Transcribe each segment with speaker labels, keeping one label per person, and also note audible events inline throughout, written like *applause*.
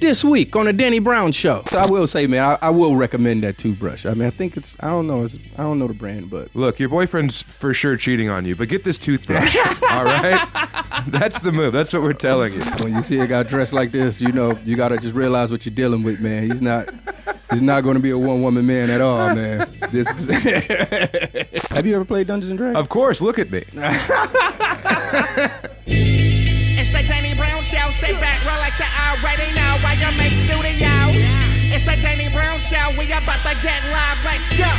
Speaker 1: this week on the Danny Brown Show.
Speaker 2: I will say, man, I, I will recommend that toothbrush. I mean, I think it's, I don't know, it's, I don't know the brand, but
Speaker 3: Look, your boyfriend's for sure cheating on you, but get
Speaker 2: *laughs*
Speaker 3: this toothbrush. all right? That's the move. That's what we're telling you.
Speaker 2: when you see a guy dressed like this, you know you gotta just realize what you're dealing with, man. He's not, he's not going to be a one woman man at all, man. This. Is *laughs* Have you ever played Dungeons and Dragons?
Speaker 3: Of course, look at me.
Speaker 4: It's the Danny Brown Show. Sit back, relax, you already know why you make studios. It's the Danny Brown Show. We about to get live. Let's go.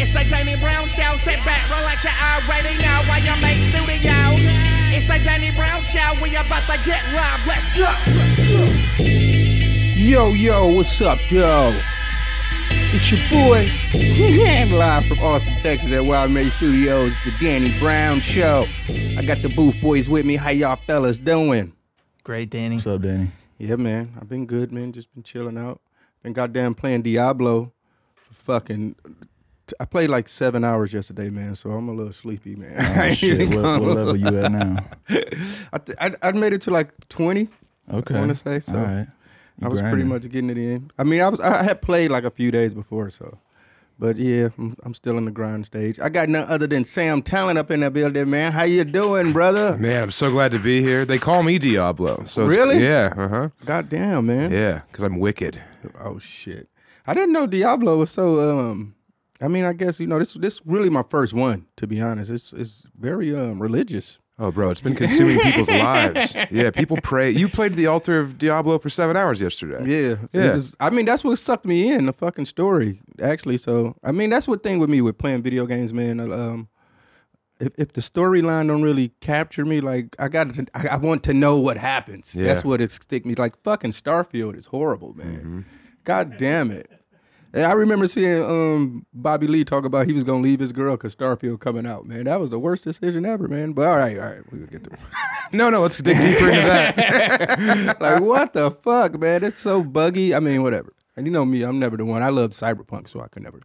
Speaker 4: It's the Danny Brown Show. Sit back, relax, you already know why you make studios. It's the Danny Brown Show. We about to get live. Let's go.
Speaker 2: Yo, yo, what's up, yo? It's your boy, *laughs* live from Austin, Texas at Wild May Studios, the Danny Brown Show. I got the Booth Boys with me. How y'all fellas doing?
Speaker 5: Great, Danny.
Speaker 6: What's up, Danny?
Speaker 2: Yeah, man. I've been good, man. Just been chilling out. Been goddamn playing Diablo. Fucking. I played like seven hours yesterday, man. So I'm a little sleepy, man. *laughs* I
Speaker 6: Oh,
Speaker 2: ain't
Speaker 6: shit,
Speaker 2: even
Speaker 6: what,
Speaker 2: gonna
Speaker 6: what level
Speaker 2: lie.
Speaker 6: you at now?
Speaker 2: I, th- I I made it to like 20.
Speaker 6: Okay.
Speaker 2: wanna say so.
Speaker 6: All right. You
Speaker 2: I was pretty
Speaker 6: grinding.
Speaker 2: much getting it in. I mean, I was I had played like a few days before, so. But yeah, I'm, I'm still in the grind stage. I got none other than Sam Talent up in the building, man. How you doing,
Speaker 6: *laughs*
Speaker 2: brother?
Speaker 3: Man, I'm so glad to be here. They call me Diablo. So it's-
Speaker 2: Really?
Speaker 3: Yeah, uh huh.
Speaker 2: Goddamn, man.
Speaker 3: Yeah, because I'm wicked.
Speaker 2: Oh shit! I didn't know Diablo was so. um I mean, I guess you know this. This really my first one, to be honest. It's it's very um religious.
Speaker 3: Oh, bro, it's been consuming
Speaker 2: *laughs*
Speaker 3: people's lives. Yeah, people pray. You played the altar of Diablo for seven hours yesterday.
Speaker 2: Yeah,
Speaker 3: Yeah.
Speaker 2: I mean, that's what sucked me in the fucking story, actually. So I mean, that's what thing with me with playing video games, man. Um, if if the storyline don't really capture me, like I got to, I, I want to know what happens.
Speaker 3: Yeah.
Speaker 2: That's what it stick me. Like fucking Starfield is horrible, man.
Speaker 3: Mm-hmm.
Speaker 2: God damn it. And I remember seeing um, Bobby Lee talk about he was gonna leave his girl because Starfield coming out. Man, that was the worst decision ever, man. But all right, all right, we'll get to
Speaker 3: No, no, let's dig deeper
Speaker 2: *laughs*
Speaker 3: into that.
Speaker 2: like what the fuck, man? It's so buggy. I mean, whatever. And you know me, I'm never the one. I love cyberpunk, so I could never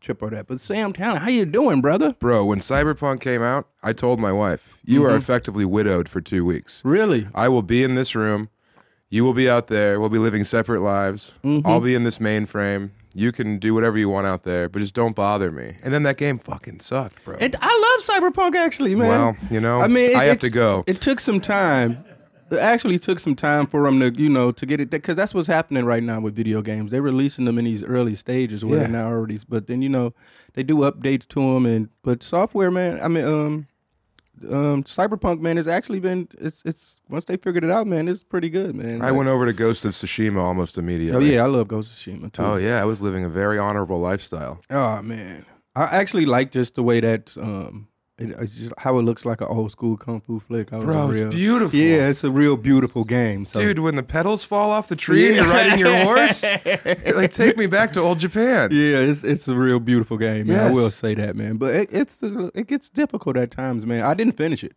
Speaker 2: trip on that. But Sam Talent, how you doing, brother?
Speaker 3: Bro, when Cyberpunk came out, I told my wife, you
Speaker 2: Mm-hmm.
Speaker 3: are effectively widowed for two weeks.
Speaker 2: Really?
Speaker 3: I will be in this room. You will be out there. We'll be living separate lives.
Speaker 2: Mm-hmm.
Speaker 3: I'll be in this mainframe. You can do whatever you want out there, but just don't bother me. And then that game fucking sucked, bro.
Speaker 2: It, I love cyberpunk actually, man.
Speaker 3: Well, you know, I have to go.
Speaker 2: It took some time. It actually took some time for them to, you know, to get it because that's what's happening right now with video games. They're releasing them in these early stages where
Speaker 3: Yeah.
Speaker 2: they're not already, but then you know, they do updates to them and but software, man. I mean, um, um, cyberpunk, man, has actually been it's it's once they figured it out, man, it's pretty good, man.
Speaker 3: I
Speaker 2: Like-
Speaker 3: went over to Ghost of Tsushima almost
Speaker 2: Oh
Speaker 3: immediately.
Speaker 2: yeah, I love Ghost of Tsushima too.
Speaker 3: Oh, yeah. I was living a very honorable lifestyle.
Speaker 2: Oh man, I actually like just the way that um, it, it's just how it looks like an old school kung fu flick. I was
Speaker 3: Bro,
Speaker 2: a
Speaker 3: it's
Speaker 2: real-
Speaker 3: beautiful.
Speaker 2: Yeah, it's a real beautiful game. So.
Speaker 3: Dude, when the petals fall off the tree and you're riding your horse, you're like, take me back to old Japan.
Speaker 2: Yeah, it's it's a real beautiful game, man. I
Speaker 3: Yes.
Speaker 2: will say that, man. But it, it's it gets difficult at times, man. I didn't finish it.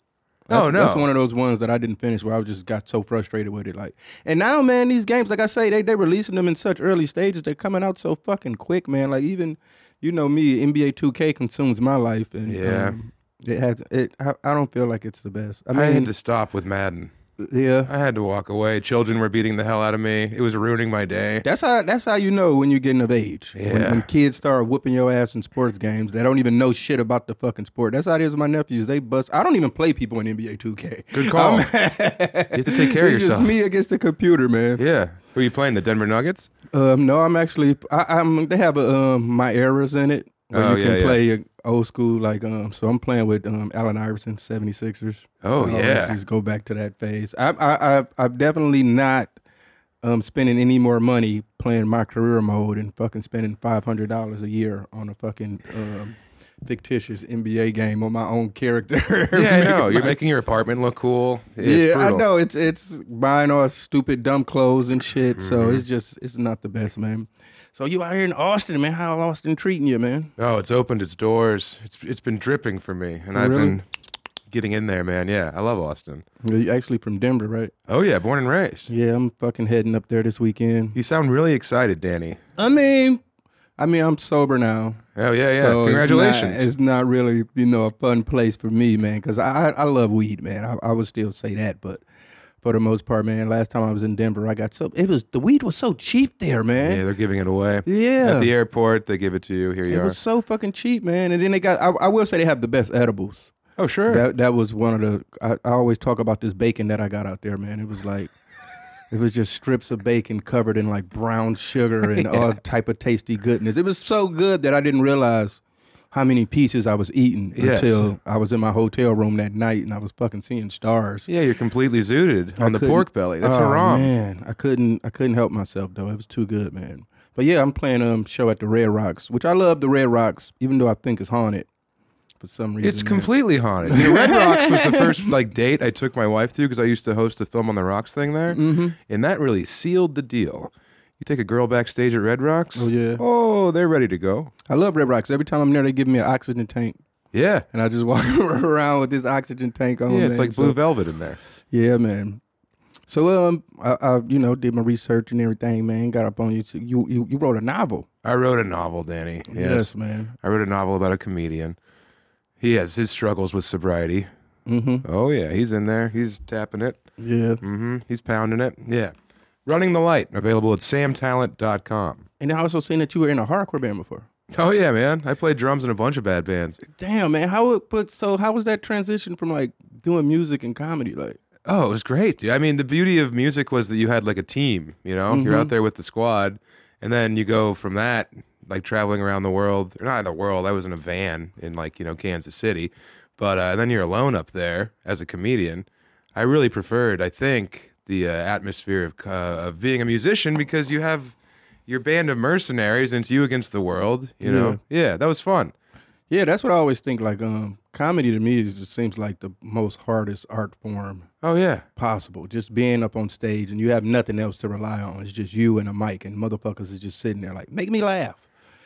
Speaker 2: That's,
Speaker 3: Oh, no.
Speaker 2: that's one of those ones that I didn't finish where I just got so frustrated with it. Like, and now, man, these games, like I say, they they releasing them in such early stages. They're coming out so fucking quick, man. Like even, you know me, NBA 2K consumes my life, and
Speaker 3: Yeah.
Speaker 2: um, it has it. I, I don't feel like it's the best. I
Speaker 3: I had
Speaker 2: mean,
Speaker 3: to stop with Madden.
Speaker 2: yeah,
Speaker 3: I had to walk away. Children were beating the hell out of me. It was ruining my day.
Speaker 2: That's how that's how you know when you're getting of age. When,
Speaker 3: Yeah.
Speaker 2: when kids start whooping your ass in sports games, they don't even know shit about the fucking sport. That's how it is with my nephews. They bust. I don't even play people in NBA *laughs* 2K.
Speaker 3: Good call.
Speaker 2: I'm-
Speaker 3: you have to take care of
Speaker 2: it's
Speaker 3: yourself.
Speaker 2: just me against the computer, man.
Speaker 3: Yeah. Who are you playing? The Denver Nuggets?
Speaker 2: Um, no, I'm actually. I, I'm. They have a, um, my eras in it where
Speaker 3: Oh,
Speaker 2: you can
Speaker 3: yeah, yeah.
Speaker 2: play uh, old school like um. So I'm playing with um Allen Iverson 76ers.
Speaker 3: Oh,
Speaker 2: I always
Speaker 3: yeah.
Speaker 2: just go back to that phase. I I I've, I've definitely not um spending any more money playing my career mode and fucking spending five hundred dollars a year on a fucking um fictitious NBA game on my own character. *laughs*
Speaker 3: Yeah, I
Speaker 2: Making
Speaker 3: know. You're
Speaker 2: my-
Speaker 3: making your apartment look cool. It's
Speaker 2: yeah, I
Speaker 3: brutal.
Speaker 2: know. It's it's buying all stupid dumb clothes and shit.
Speaker 3: Mm-hmm.
Speaker 2: So it's just it's not the best, man. So you out here in Austin, man? How Austin treating you, man?
Speaker 3: Oh, it's opened its doors. It's it's been dripping for me, and I've
Speaker 2: Really?
Speaker 3: been getting in there, man. Yeah, I love Austin.
Speaker 2: You actually from Denver, right?
Speaker 3: Oh yeah, born and raised.
Speaker 2: Yeah, I'm fucking heading up there this weekend.
Speaker 3: You sound really excited, Danny.
Speaker 2: I mean, I mean, I'm sober now.
Speaker 3: Oh yeah, yeah.
Speaker 2: So it's not-
Speaker 3: Congratulations.
Speaker 2: It's not, really, you know, a fun place for me, man, because I, I I love weed, man. I, I would still say that, but for the most part, man. Last time I was in Denver, I got so it was the weed was so cheap there, man.
Speaker 3: Yeah, they're giving it away.
Speaker 2: Yeah.
Speaker 3: At the airport, they give it to you. Here you
Speaker 2: It
Speaker 3: are.
Speaker 2: was so fucking cheap, man. And then they got, I, I will say they have the best edibles.
Speaker 3: oh, sure.
Speaker 2: That that was one of the, I, I always talk about this bacon that I got out there, man. It was like, it was just strips of bacon covered in like brown
Speaker 3: *laughs*
Speaker 2: sugar and all type of tasty goodness. It was so good that I didn't realize how many pieces I was eating
Speaker 3: Yes.
Speaker 2: until I was in my hotel room that night and I was fucking seeing stars.
Speaker 3: yeah, you're completely zooted on the
Speaker 2: couldn't-
Speaker 3: pork belly. That's
Speaker 2: oh,
Speaker 3: haram.
Speaker 2: Man, I couldn't I couldn't help myself though. It was too good, man. But yeah, I'm playing um show at the Red Rocks, which I love the Red Rocks, even though I think it's haunted for some reason.
Speaker 3: It's
Speaker 2: man.
Speaker 3: completely haunted. You know,
Speaker 2: *laughs*
Speaker 3: Red Rocks was the first like date I took my wife to because I used to host a film on the rocks thing there,
Speaker 2: Mm-hmm.
Speaker 3: and that really sealed the deal. You take a girl backstage at Red Rocks.
Speaker 2: Oh, yeah.
Speaker 3: Oh, they're ready to go.
Speaker 2: I love Red Rocks. Every time I'm there, they give me an oxygen tank,
Speaker 3: Yeah.
Speaker 2: and I just walk *laughs* around with this oxygen tank on.
Speaker 3: Yeah, it's
Speaker 2: Oh, man.
Speaker 3: like
Speaker 2: So-
Speaker 3: blue velvet in there.
Speaker 2: Yeah, man. So um, I, I you know did my research and everything, man. Got up on you. You you, you wrote a novel.
Speaker 3: I wrote a novel, Danny. Yes.
Speaker 2: man.
Speaker 3: I wrote a novel about a comedian. He has his struggles with sobriety. Mm-hmm. Oh yeah, he's in there. He's tapping it.
Speaker 2: Yeah.
Speaker 3: hmm He's pounding it. Yeah. Running the light available at samtalent.com.
Speaker 2: And I also seen that you were in a hardcore band before.
Speaker 3: Oh yeah, man. I played drums in a bunch of bad bands.
Speaker 2: Damn, man. How it, but so how was that transition from like doing music and comedy? Like,
Speaker 3: Oh, it was great. dude. I mean, the beauty of music was that you had like a team, you know? You're
Speaker 2: Mm-hmm.
Speaker 3: out there with the squad and then you go from that like traveling around the world, or not in the world. I was in a van in like, you know, Kansas City. But uh, then you're alone up there as a comedian. I really preferred, I think, the uh, atmosphere of uh, of being a musician because you have your band of mercenaries and it's you against the world, you know. yeah that was fun.
Speaker 2: yeah, that's what I always think. Like, um, comedy to me is just seems like the most hardest art form
Speaker 3: Oh yeah.
Speaker 2: possible. Just being up on stage and you have nothing else to rely on. It's just you and a mic, and motherfuckers is just sitting there like, make me laugh.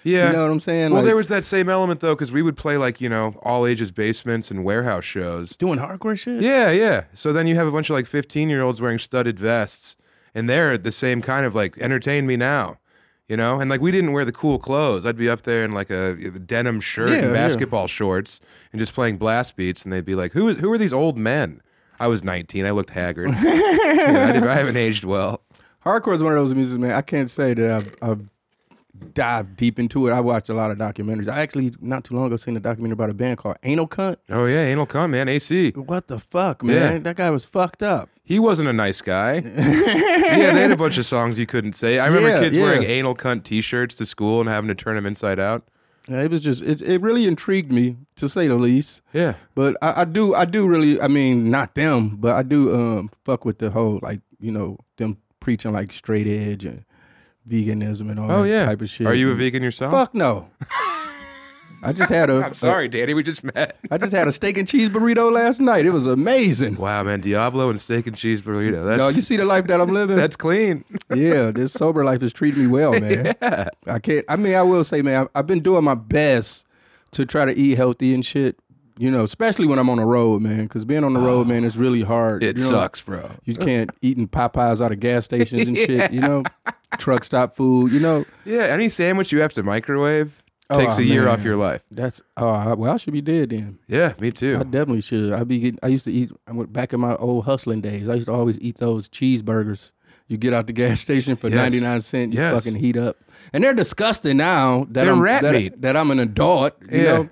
Speaker 3: Yeah.
Speaker 2: You know what I'm saying?
Speaker 3: Well,
Speaker 2: Like,
Speaker 3: there was that same element though, because we would play like you know all ages basements and warehouse shows.
Speaker 2: doing hardcore shit.
Speaker 3: Yeah, yeah. So then you have a bunch of like fifteen year olds wearing studded vests, and they're the same kind of like entertain me now, you know. And like we didn't wear the cool clothes. I'd be up there in like a, a denim shirt
Speaker 2: Yeah,
Speaker 3: and
Speaker 2: yeah.
Speaker 3: basketball shorts and just playing blast beats, and they'd be like, "Who is? Who are these old men?" I was nineteen. I looked haggard. *laughs* Yeah, I, didn't- I haven't aged well.
Speaker 2: Hardcore is one of those music, man. I can't say that I've, I've dived deep into it. I watched a lot of documentaries. I actually not too long ago seen a documentary about a band called Anal Cunt.
Speaker 3: Oh yeah, anal cum, man. AC.
Speaker 2: What the fuck, man?
Speaker 3: Yeah.
Speaker 2: That guy was fucked up.
Speaker 3: He wasn't a nice guy. yeah, they had a bunch of songs you couldn't say. I remember
Speaker 2: Yeah,
Speaker 3: kids
Speaker 2: yeah.
Speaker 3: wearing anal cunt T-shirts to school and having to turn them inside out.
Speaker 2: Yeah, it was just it, it really intrigued me to say the least.
Speaker 3: Yeah,
Speaker 2: But I, I do I do really I mean not them, but I do um fuck with the whole like, you know, them preaching like straight edge and veganism and all
Speaker 3: Oh
Speaker 2: that
Speaker 3: yeah.
Speaker 2: type of shit.
Speaker 3: Are you a vegan yourself?
Speaker 2: Fuck no. I just had a
Speaker 3: *laughs* I'm sorry, Danny. We just met.
Speaker 2: I just had a steak and cheese burrito last night. It was amazing.
Speaker 3: Wow, man, Diablo and steak and cheese burrito. That's
Speaker 2: Dog, you see the life that I'm living?
Speaker 3: that's clean.
Speaker 2: *laughs* yeah, this sober life is treating me well,
Speaker 3: *laughs*
Speaker 2: man. I can't. I mean, I will say, man, I've, I've been doing my best to try to eat healthy and shit. You know, especially when I'm on the road, man. Because being on the road, man, it's really hard.
Speaker 3: Oh. It
Speaker 2: You know,
Speaker 3: sucks, bro.
Speaker 2: You can't eating Popeyes out of gas stations and shit. You *laughs* know, truck stop food. You know,
Speaker 3: Yeah, any sandwich you have to microwave takes
Speaker 2: Oh,
Speaker 3: a year
Speaker 2: man.
Speaker 3: off your life.
Speaker 2: that's oh I- well, I should be dead then.
Speaker 3: Yeah, me too.
Speaker 2: I definitely should. I be getting, I used to eat. I went back in my old hustling days. I used to always eat those cheeseburgers. You get out the gas *laughs* station for
Speaker 3: Yes.
Speaker 2: ninety nine cent. You
Speaker 3: Yes.
Speaker 2: fucking heat up, and they're disgusting now. That
Speaker 3: They're
Speaker 2: I'm,
Speaker 3: rat
Speaker 2: that,
Speaker 3: meat.
Speaker 2: That I'm an adult. You
Speaker 3: Yeah.
Speaker 2: know,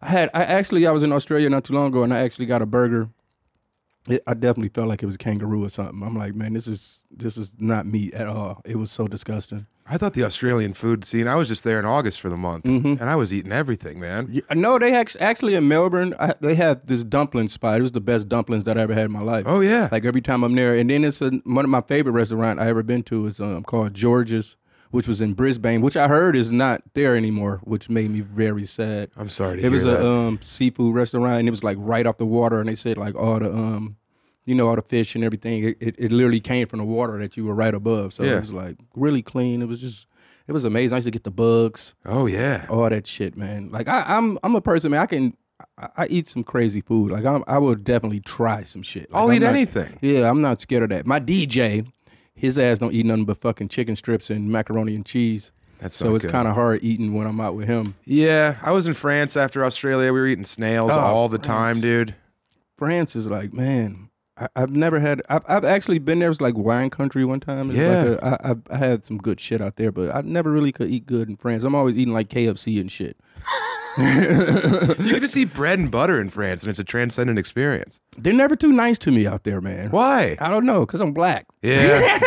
Speaker 2: I had. I actually I was in Australia not too long ago, and I actually got a burger. It, I definitely felt like it was kangaroo or something. I'm like, man, this is this is not meat at all. It was so disgusting.
Speaker 3: I thought the Australian food scene. I was just there in August for the month, and I was eating everything, man.
Speaker 2: Yeah, no, they act- actually in Melbourne, I, they have this dumpling spot. It was the best dumplings that I ever had in my life.
Speaker 3: Oh, yeah.
Speaker 2: like every time I'm there. And then it's a, one of my favorite restaurant I ever been to is um, called George's, which was in Brisbane, which I heard is not there anymore, which made me very sad.
Speaker 3: I'm sorry to
Speaker 2: it
Speaker 3: hear
Speaker 2: was
Speaker 3: that.
Speaker 2: a um, seafood restaurant, and it was like right off the water, and they said like all the um, you know, all the fish and everything. It, it, it literally came from the water that you were right above. So
Speaker 3: Yeah.
Speaker 2: it was like really clean. It was just. It was amazing. I used to get the bugs
Speaker 3: oh yeah.
Speaker 2: all that shit, man. Like I, I'm, I'm a person, man. I can, I, I eat some crazy food. Like I'm, I will definitely try some shit. Like,
Speaker 3: I'll
Speaker 2: I'm
Speaker 3: eat
Speaker 2: not-
Speaker 3: anything.
Speaker 2: Yeah, I'm not scared of that. My DJ, his ass don't eat nothing but fucking chicken strips and macaroni and cheese.
Speaker 3: That's
Speaker 2: so
Speaker 3: not
Speaker 2: it's
Speaker 3: good.
Speaker 2: kind of hard eating when I'm out with him.
Speaker 3: Yeah, I was in France after Australia. We were eating snails
Speaker 2: Oh,
Speaker 3: all the
Speaker 2: France.
Speaker 3: time, dude.
Speaker 2: France is like, man, I, I've never had. I've, I've actually been there. It's like wine country one time. It's
Speaker 3: Yeah.
Speaker 2: like a, I, I, I had some good shit out there, but I never really could eat good in France. I'm always eating like KFC and shit.
Speaker 3: You can just eat bread and butter in France, and it's a transcendent experience.
Speaker 2: They're never too nice to me out there, man.
Speaker 3: Why?
Speaker 2: I don't know, cause I'm black.
Speaker 3: Yeah,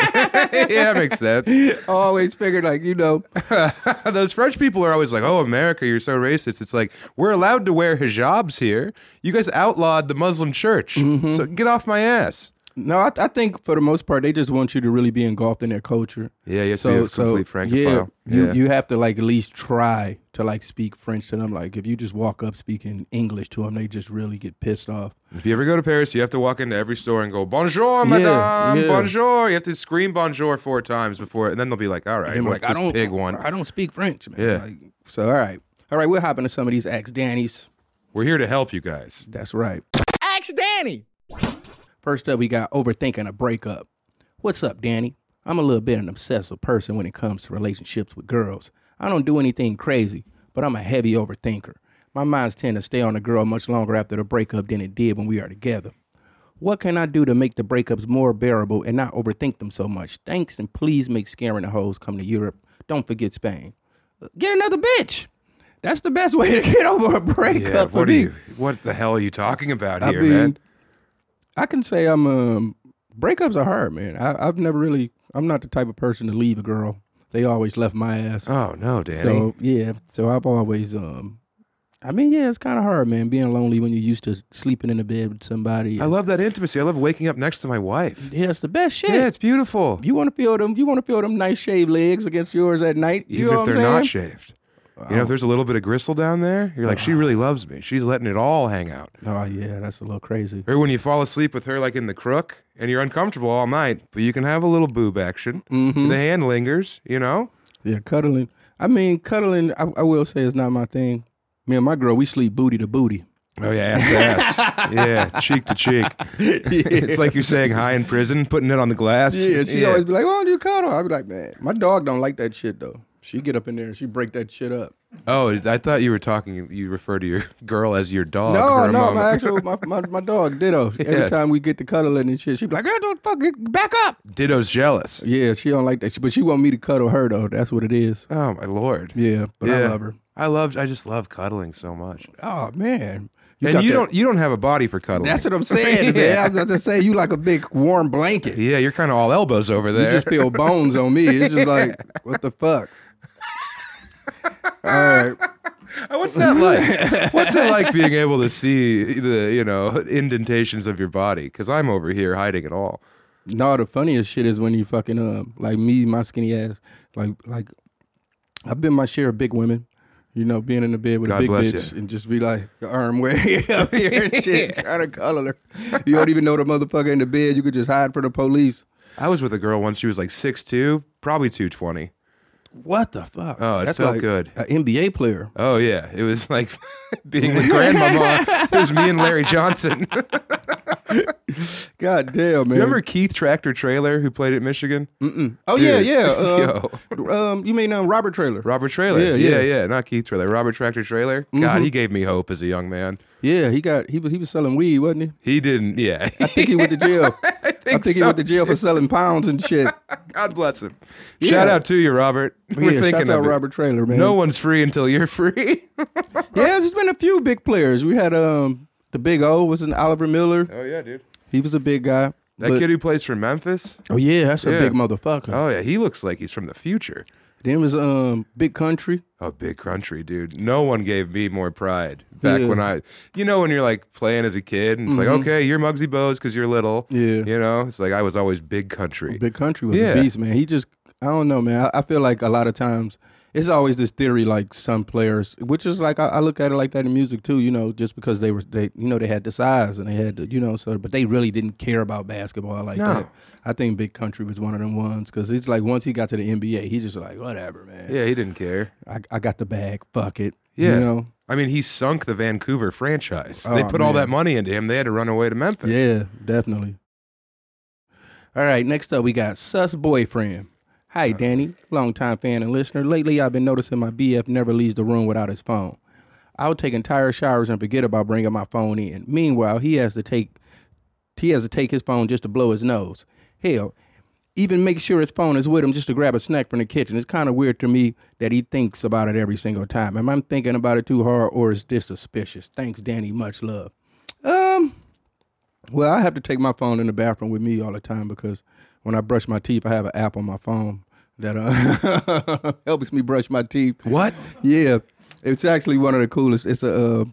Speaker 3: yeah, *laughs* makes sense.
Speaker 2: *laughs*
Speaker 3: *laughs*
Speaker 2: I always figured like you know.
Speaker 3: Those French people are always like, "Oh, America, you're so racist." It's like we're allowed to wear hijabs here. You guys outlawed the Muslim church,
Speaker 2: Mm-hmm.
Speaker 3: so get off my ass.
Speaker 2: No, I, I think for the most part they just want you to really be engulfed in their culture.
Speaker 3: Yeah, you have
Speaker 2: So,
Speaker 3: to be
Speaker 2: so
Speaker 3: a complete
Speaker 2: yeah,
Speaker 3: francophile.
Speaker 2: you
Speaker 3: Yeah.
Speaker 2: you have to like at least try to like speak French to them. Like if you just walk up speaking English to them, they just really get pissed off.
Speaker 3: If you ever go to Paris, you have to walk into every store and go "Bonjour, Madame,
Speaker 2: yeah.
Speaker 3: Bonjour." You have to scream "Bonjour" four times before, and then they'll be like, "All right,
Speaker 2: And
Speaker 3: what's
Speaker 2: like, I
Speaker 3: this
Speaker 2: don't,
Speaker 3: pig one?"
Speaker 2: I don't speak French, man.
Speaker 3: Yeah.
Speaker 2: Like, so all right, all right, we'll hop into some of these Axe Danny's.
Speaker 3: We're here to help you guys.
Speaker 2: That's right.
Speaker 4: Ask Danny.
Speaker 2: First up, we got overthinking a breakup. What's up, Danny? I'm a little bit an obsessive person when it comes to relationships with girls. I don't do anything crazy, but I'm a heavy overthinker. My minds tend to stay on a girl much longer after the breakup than it did when we are together. What can I do to make the breakups more bearable and not overthink them so much? Thanks, and please make scaring the hoes come to Europe. Don't forget Spain. Get another bitch. That's the best way to get over a breakup.
Speaker 3: Yeah,
Speaker 2: for
Speaker 3: what are
Speaker 2: me.
Speaker 3: you? What the hell are you talking about
Speaker 2: I
Speaker 3: here, man?
Speaker 2: I can say I'm um breakups are hard, man. I, I've never really I'm not the type of person to leave a girl. They always left my ass.
Speaker 3: Oh no, Danny.
Speaker 2: so yeah. So I've always um I mean, yeah, it's kinda hard, man, being lonely when you're used to sleeping in a bed with somebody.
Speaker 3: I love that intimacy. I love waking up next to my wife.
Speaker 2: yeah, it's the best shit.
Speaker 3: Yeah, it's beautiful.
Speaker 2: You wanna feel them you wanna feel them nice shaved legs against yours at night. you
Speaker 3: Even
Speaker 2: know
Speaker 3: if
Speaker 2: what I'm
Speaker 3: they're
Speaker 2: saying?
Speaker 3: not shaved. You know, if there's a little bit of gristle down there, you're like, she really loves me. She's letting it all hang out.
Speaker 2: oh yeah, that's a little crazy.
Speaker 3: Or when you fall asleep with her, like in the crook, and you're uncomfortable all night, but you can have a little boob action.
Speaker 2: Mm-hmm.
Speaker 3: The hand lingers, you know?
Speaker 2: Yeah, cuddling. I mean, cuddling I, I will say is not my thing. Me and my girl, we sleep booty to booty.
Speaker 3: Oh, yeah, ass to ass. *laughs* yeah, cheek
Speaker 2: *laughs*
Speaker 3: to cheek. it's like you're saying hi in prison, putting it on the glass.
Speaker 2: Yeah, she always be like, "Why don't you cuddle?" I'd be like, "Man, my dog don't like that shit though. She get up in there and she break that shit up."
Speaker 3: Oh, is- I thought you were talking, you refer to your *laughs* girl as your dog.
Speaker 2: No,
Speaker 3: for a
Speaker 2: no,
Speaker 3: moment.
Speaker 2: my actual my, my, my dog
Speaker 3: *laughs*
Speaker 2: Ditto. Every
Speaker 3: Yes.
Speaker 2: time we get to cuddling and shit, she be like, "Girl, don't fuck it, back up."
Speaker 3: Ditto's jealous.
Speaker 2: Yeah, she don't like that, shit, but she want me to cuddle her though. That's what it is.
Speaker 3: Oh, my lord.
Speaker 2: Yeah, but I
Speaker 3: Yeah.
Speaker 2: love her.
Speaker 3: I love. I just love cuddling so much.
Speaker 2: Oh man,
Speaker 3: and
Speaker 2: got
Speaker 3: you
Speaker 2: that-
Speaker 3: don't. You don't have a body for
Speaker 2: *laughs*
Speaker 3: cuddling.
Speaker 2: That's what
Speaker 3: *laughs*
Speaker 2: I'm saying, man. I was about to say you like a big warm blanket.
Speaker 3: yeah, you're kind of all elbows over
Speaker 2: You
Speaker 3: there.
Speaker 2: just feel bones on me. It's
Speaker 3: *laughs*
Speaker 2: just like, what the fuck? All right.
Speaker 3: What's that like? What's it like being able to see the you know indentations of your body? Because I'm over here hiding it all.
Speaker 2: No, the funniest shit is when you fucking uh like me, my skinny ass, like like I've been my share of big women, you know, being in the bed with
Speaker 3: God
Speaker 2: a big
Speaker 3: bless
Speaker 2: bitch
Speaker 3: you.
Speaker 2: and just be like the arm way *laughs* up here
Speaker 3: *laughs*
Speaker 2: and shit, trying to cuddle her. You don't even know the motherfucker in the bed. You could just hide from the police.
Speaker 3: I was with a girl once. She was like six two, probably two twenty.
Speaker 2: What the fuck?
Speaker 3: Oh, it felt
Speaker 2: like
Speaker 3: good.
Speaker 2: An NBA player.
Speaker 3: Oh yeah, it was like *laughs* being with grandmama. it was me and Larry Johnson. *laughs*
Speaker 2: God damn, man.
Speaker 3: Remember Keith Tractor Trailer who played at Michigan?
Speaker 2: Oh yeah,
Speaker 3: Dude. *laughs*
Speaker 2: yeah. Uh, um, you mean um, Robert Trailer?
Speaker 3: Robert Trailer.
Speaker 2: Yeah,
Speaker 3: Yeah,
Speaker 2: yeah. Mm-hmm.
Speaker 3: yeah, yeah. Not Keith Trailer. Robert Tractor Trailer. God, he gave me hope as a young man.
Speaker 2: Yeah, he got he was he was selling weed, wasn't he?
Speaker 3: He didn't. Yeah. *laughs*
Speaker 2: I think he went to jail. I think, he
Speaker 3: so,
Speaker 2: went to jail for selling pounds and shit.
Speaker 3: God bless him. Shout out to you, Robert. We're
Speaker 2: yeah,
Speaker 3: thinking
Speaker 2: shouts out
Speaker 3: of it.
Speaker 2: Robert Trailer, man.
Speaker 3: No uh, one's free until you're *laughs* free.
Speaker 2: yeah, there's been a few big players. We had um the Big O was an Oliver Miller.
Speaker 3: oh yeah, dude.
Speaker 2: He was a big guy.
Speaker 3: That
Speaker 2: But-
Speaker 3: kid who plays for Memphis.
Speaker 2: oh yeah, that's a
Speaker 3: Yeah.
Speaker 2: big motherfucker.
Speaker 3: Oh yeah, he looks like he's from the future.
Speaker 2: Then was um Big Country.
Speaker 3: Oh, big country, dude. No one gave me more pride
Speaker 2: Yeah.
Speaker 3: back
Speaker 2: Mm-hmm.
Speaker 3: when I, you know, when you're like playing as a kid and it's like, okay, you're Muggsy Bowes because you're little.
Speaker 2: Yeah.
Speaker 3: You know, it's like I was always big country.
Speaker 2: Big Country was a
Speaker 3: Yeah.
Speaker 2: beast, man. He just I don't know, man. I, I feel like a lot of times it's always this theory like some players, which is like I, I look at it like that in music too. You know, just because they were they you know they had the size and they had the, you know so but they really didn't care about basketball like
Speaker 3: No.
Speaker 2: that. I think Big Country was one of them ones because it's like once he got to the NBA, he just like whatever, man.
Speaker 3: Yeah, he didn't care.
Speaker 2: I, I got the bag. Fuck it.
Speaker 3: Yeah.
Speaker 2: You know?
Speaker 3: I mean, he sunk the Vancouver franchise.
Speaker 2: Oh,
Speaker 3: they put all
Speaker 2: man.
Speaker 3: that money into him. They had to run away to Memphis.
Speaker 2: Yeah, definitely. All right, next up we got Sus Boyfriend. Hi, Danny, longtime fan and listener. Lately, I've been noticing my BF never leaves the room without his phone. I'll take entire showers and forget about bringing my phone in. Meanwhile, he has to take He has to take his phone just to blow his nose. Hell, even make sure his phone is with him just to grab a snack from the kitchen. It's kind of weird to me that he thinks about it every single time. Am I thinking about it too hard or is this suspicious? Thanks, Danny. Much love. Um, well, I have to take my phone in the bathroom with me all the time because when I brush my teeth, I have an app on my phone that uh, *laughs* helps me brush my teeth.
Speaker 3: What?
Speaker 2: Yeah, it's actually one of the coolest. It's a, uh,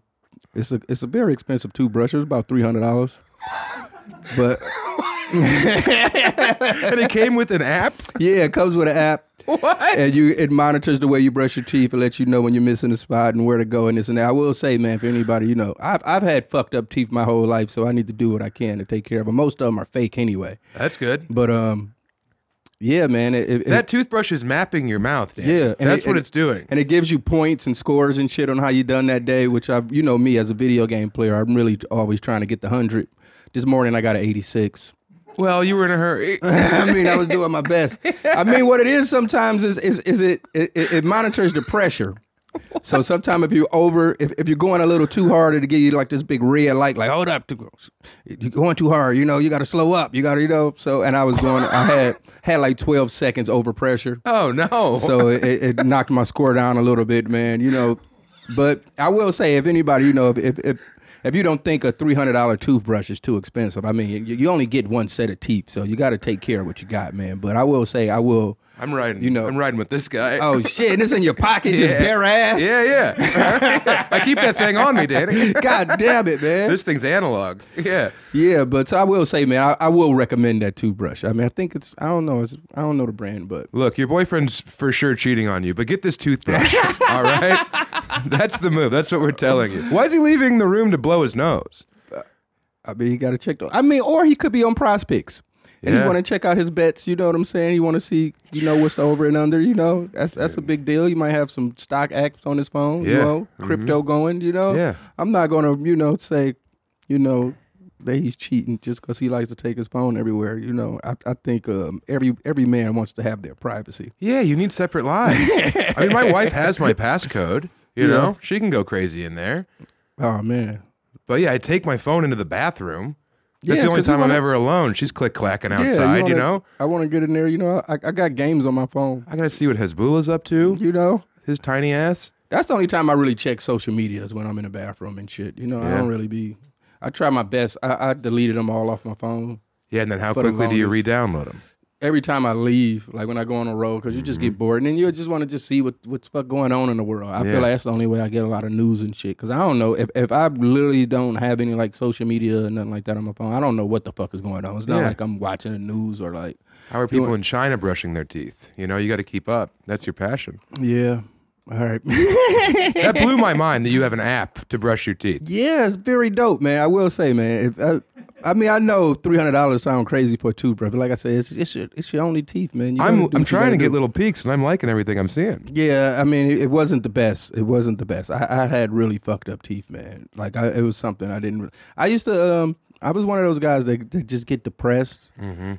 Speaker 2: it's a, it's a very expensive toothbrush. It's about three hundred dollars, but
Speaker 3: and it came with
Speaker 2: *laughs*
Speaker 3: an app?
Speaker 2: yeah, it comes with an app.
Speaker 3: What?
Speaker 2: and you it monitors the way you brush your teeth and lets you know when you're missing a spot and where to go and this and that. I will say, man, for anybody you know, I've I've had fucked up teeth my whole life, so I need to do what I can to take care of them. Most of them are fake anyway.
Speaker 3: That's good.
Speaker 2: But um, yeah, man, it, it,
Speaker 3: That toothbrush is mapping your mouth, Dan.
Speaker 2: yeah, and
Speaker 3: That's
Speaker 2: it-
Speaker 3: what
Speaker 2: and-
Speaker 3: it's doing.
Speaker 2: and it gives you points and scores and shit on how you done that day. Which I, you know, me as a video game player, I'm really always trying to get the hundred. This morning I got an 86.
Speaker 3: Well, you were in a hurry.
Speaker 2: *laughs* I mean, I was doing my best. I mean, what it is sometimes is is, is it, it it monitors the pressure. So sometimes if you over if, if you're going a little too hard, it'll give you like this big red light, like hold up, too, you're going too hard. You know, you got to slow up. You got to you know. So and I was going, I had had like 12 seconds over pressure.
Speaker 3: Oh no.
Speaker 2: So it, it knocked my score down a little bit, man. You know, but I will say, if anybody, you know, if if if, if you don't think a three hundred dollar toothbrush is too expensive, I mean, you, you only get one set of teeth, so you got to take care of what you got, man. But I will say, I will.
Speaker 3: I'm riding.
Speaker 2: You know-
Speaker 3: I'm riding with this guy.
Speaker 2: Oh
Speaker 3: *laughs*
Speaker 2: shit, and it's in your pocket, just
Speaker 3: Yeah.
Speaker 2: bare ass.
Speaker 3: Yeah,
Speaker 2: *laughs*
Speaker 3: yeah. I keep that thing on me, Danny. *laughs*
Speaker 2: God damn it, man.
Speaker 3: This thing's analog. Yeah.
Speaker 2: Yeah, but I will say, man, I, I will recommend that toothbrush. I mean, I think it's, I don't know, it's, I don't know the brand, but
Speaker 3: Look, your boyfriend's for sure cheating on you, but get
Speaker 2: *laughs*
Speaker 3: this toothbrush. all right? That's the move. That's what we're telling you. Why is he leaving the room to blow his nose?
Speaker 2: I mean, you got to check. Those. I mean, or he could be on prospects. And
Speaker 3: Yeah.
Speaker 2: you want to check out his bets. You know what I'm saying? You want to see, you know, what's the over and under. You know, that's that's a big deal. You might have some stock apps on his phone. You
Speaker 3: Yeah. Mm-hmm.
Speaker 2: know, crypto going. You know,
Speaker 3: Yeah.
Speaker 2: I'm not gonna, you know, say, you know, that he's cheating just because he likes to take his phone everywhere. You know, I, I think um, every every man wants to have their privacy.
Speaker 3: Yeah, you need separate lives. I mean, my wife has my passcode. You know, she can go crazy in there.
Speaker 2: Oh man,
Speaker 3: But yeah, I take my phone into the bathroom. That's
Speaker 2: Yeah,
Speaker 3: the only
Speaker 2: 'cause you
Speaker 3: time I'm
Speaker 2: wanna-
Speaker 3: ever alone. She's click clacking outside,
Speaker 2: yeah,
Speaker 3: you
Speaker 2: wanna-
Speaker 3: know?
Speaker 2: I want to get in there. You know, I, I got games on my phone.
Speaker 3: I gotta see what Hezbollah's up to.
Speaker 2: You know,
Speaker 3: His tiny ass.
Speaker 2: That's the only time I really check social media is when I'm in the bathroom and shit. You know, I
Speaker 3: Yeah.
Speaker 2: don't really be. I try my best. I, I deleted them all off my phone.
Speaker 3: Yeah, and then how
Speaker 2: For the
Speaker 3: quickly do you
Speaker 2: longest.
Speaker 3: re-download them?
Speaker 2: Every time I leave, like when I go on a road, because you just get bored, and then you just want to just see what what's fuck going on in the world. I
Speaker 3: Yeah.
Speaker 2: feel like that's the only way I get a lot of news and shit. Because I don't know if, if I literally don't have any like social media or nothing like that on my phone, I don't know what the fuck is going on. It's not
Speaker 3: Yeah.
Speaker 2: like I'm watching the news or like
Speaker 3: How are
Speaker 2: You
Speaker 3: people in China brushing their teeth? You know, you got to keep up. That's your passion.
Speaker 2: yeah. All right.
Speaker 3: That blew my mind that you have an app to brush your teeth.
Speaker 2: Yeah, it's very dope, man. I will say, man. If I, I mean, I know three hundred dollars sound crazy for a toothbrush, but like I said, it's it's your, it's your only teeth, man. You gotta do
Speaker 3: I'm
Speaker 2: what
Speaker 3: I'm
Speaker 2: you
Speaker 3: trying to
Speaker 2: gotta
Speaker 3: get
Speaker 2: do.
Speaker 3: little peaks, and I'm liking everything I'm seeing.
Speaker 2: Yeah, I mean, it, it wasn't the best. It wasn't the best. I, I had really fucked up teeth, man. Like I, it was something I didn't. Really, I used to. Um, I was one of those guys that, that just get depressed.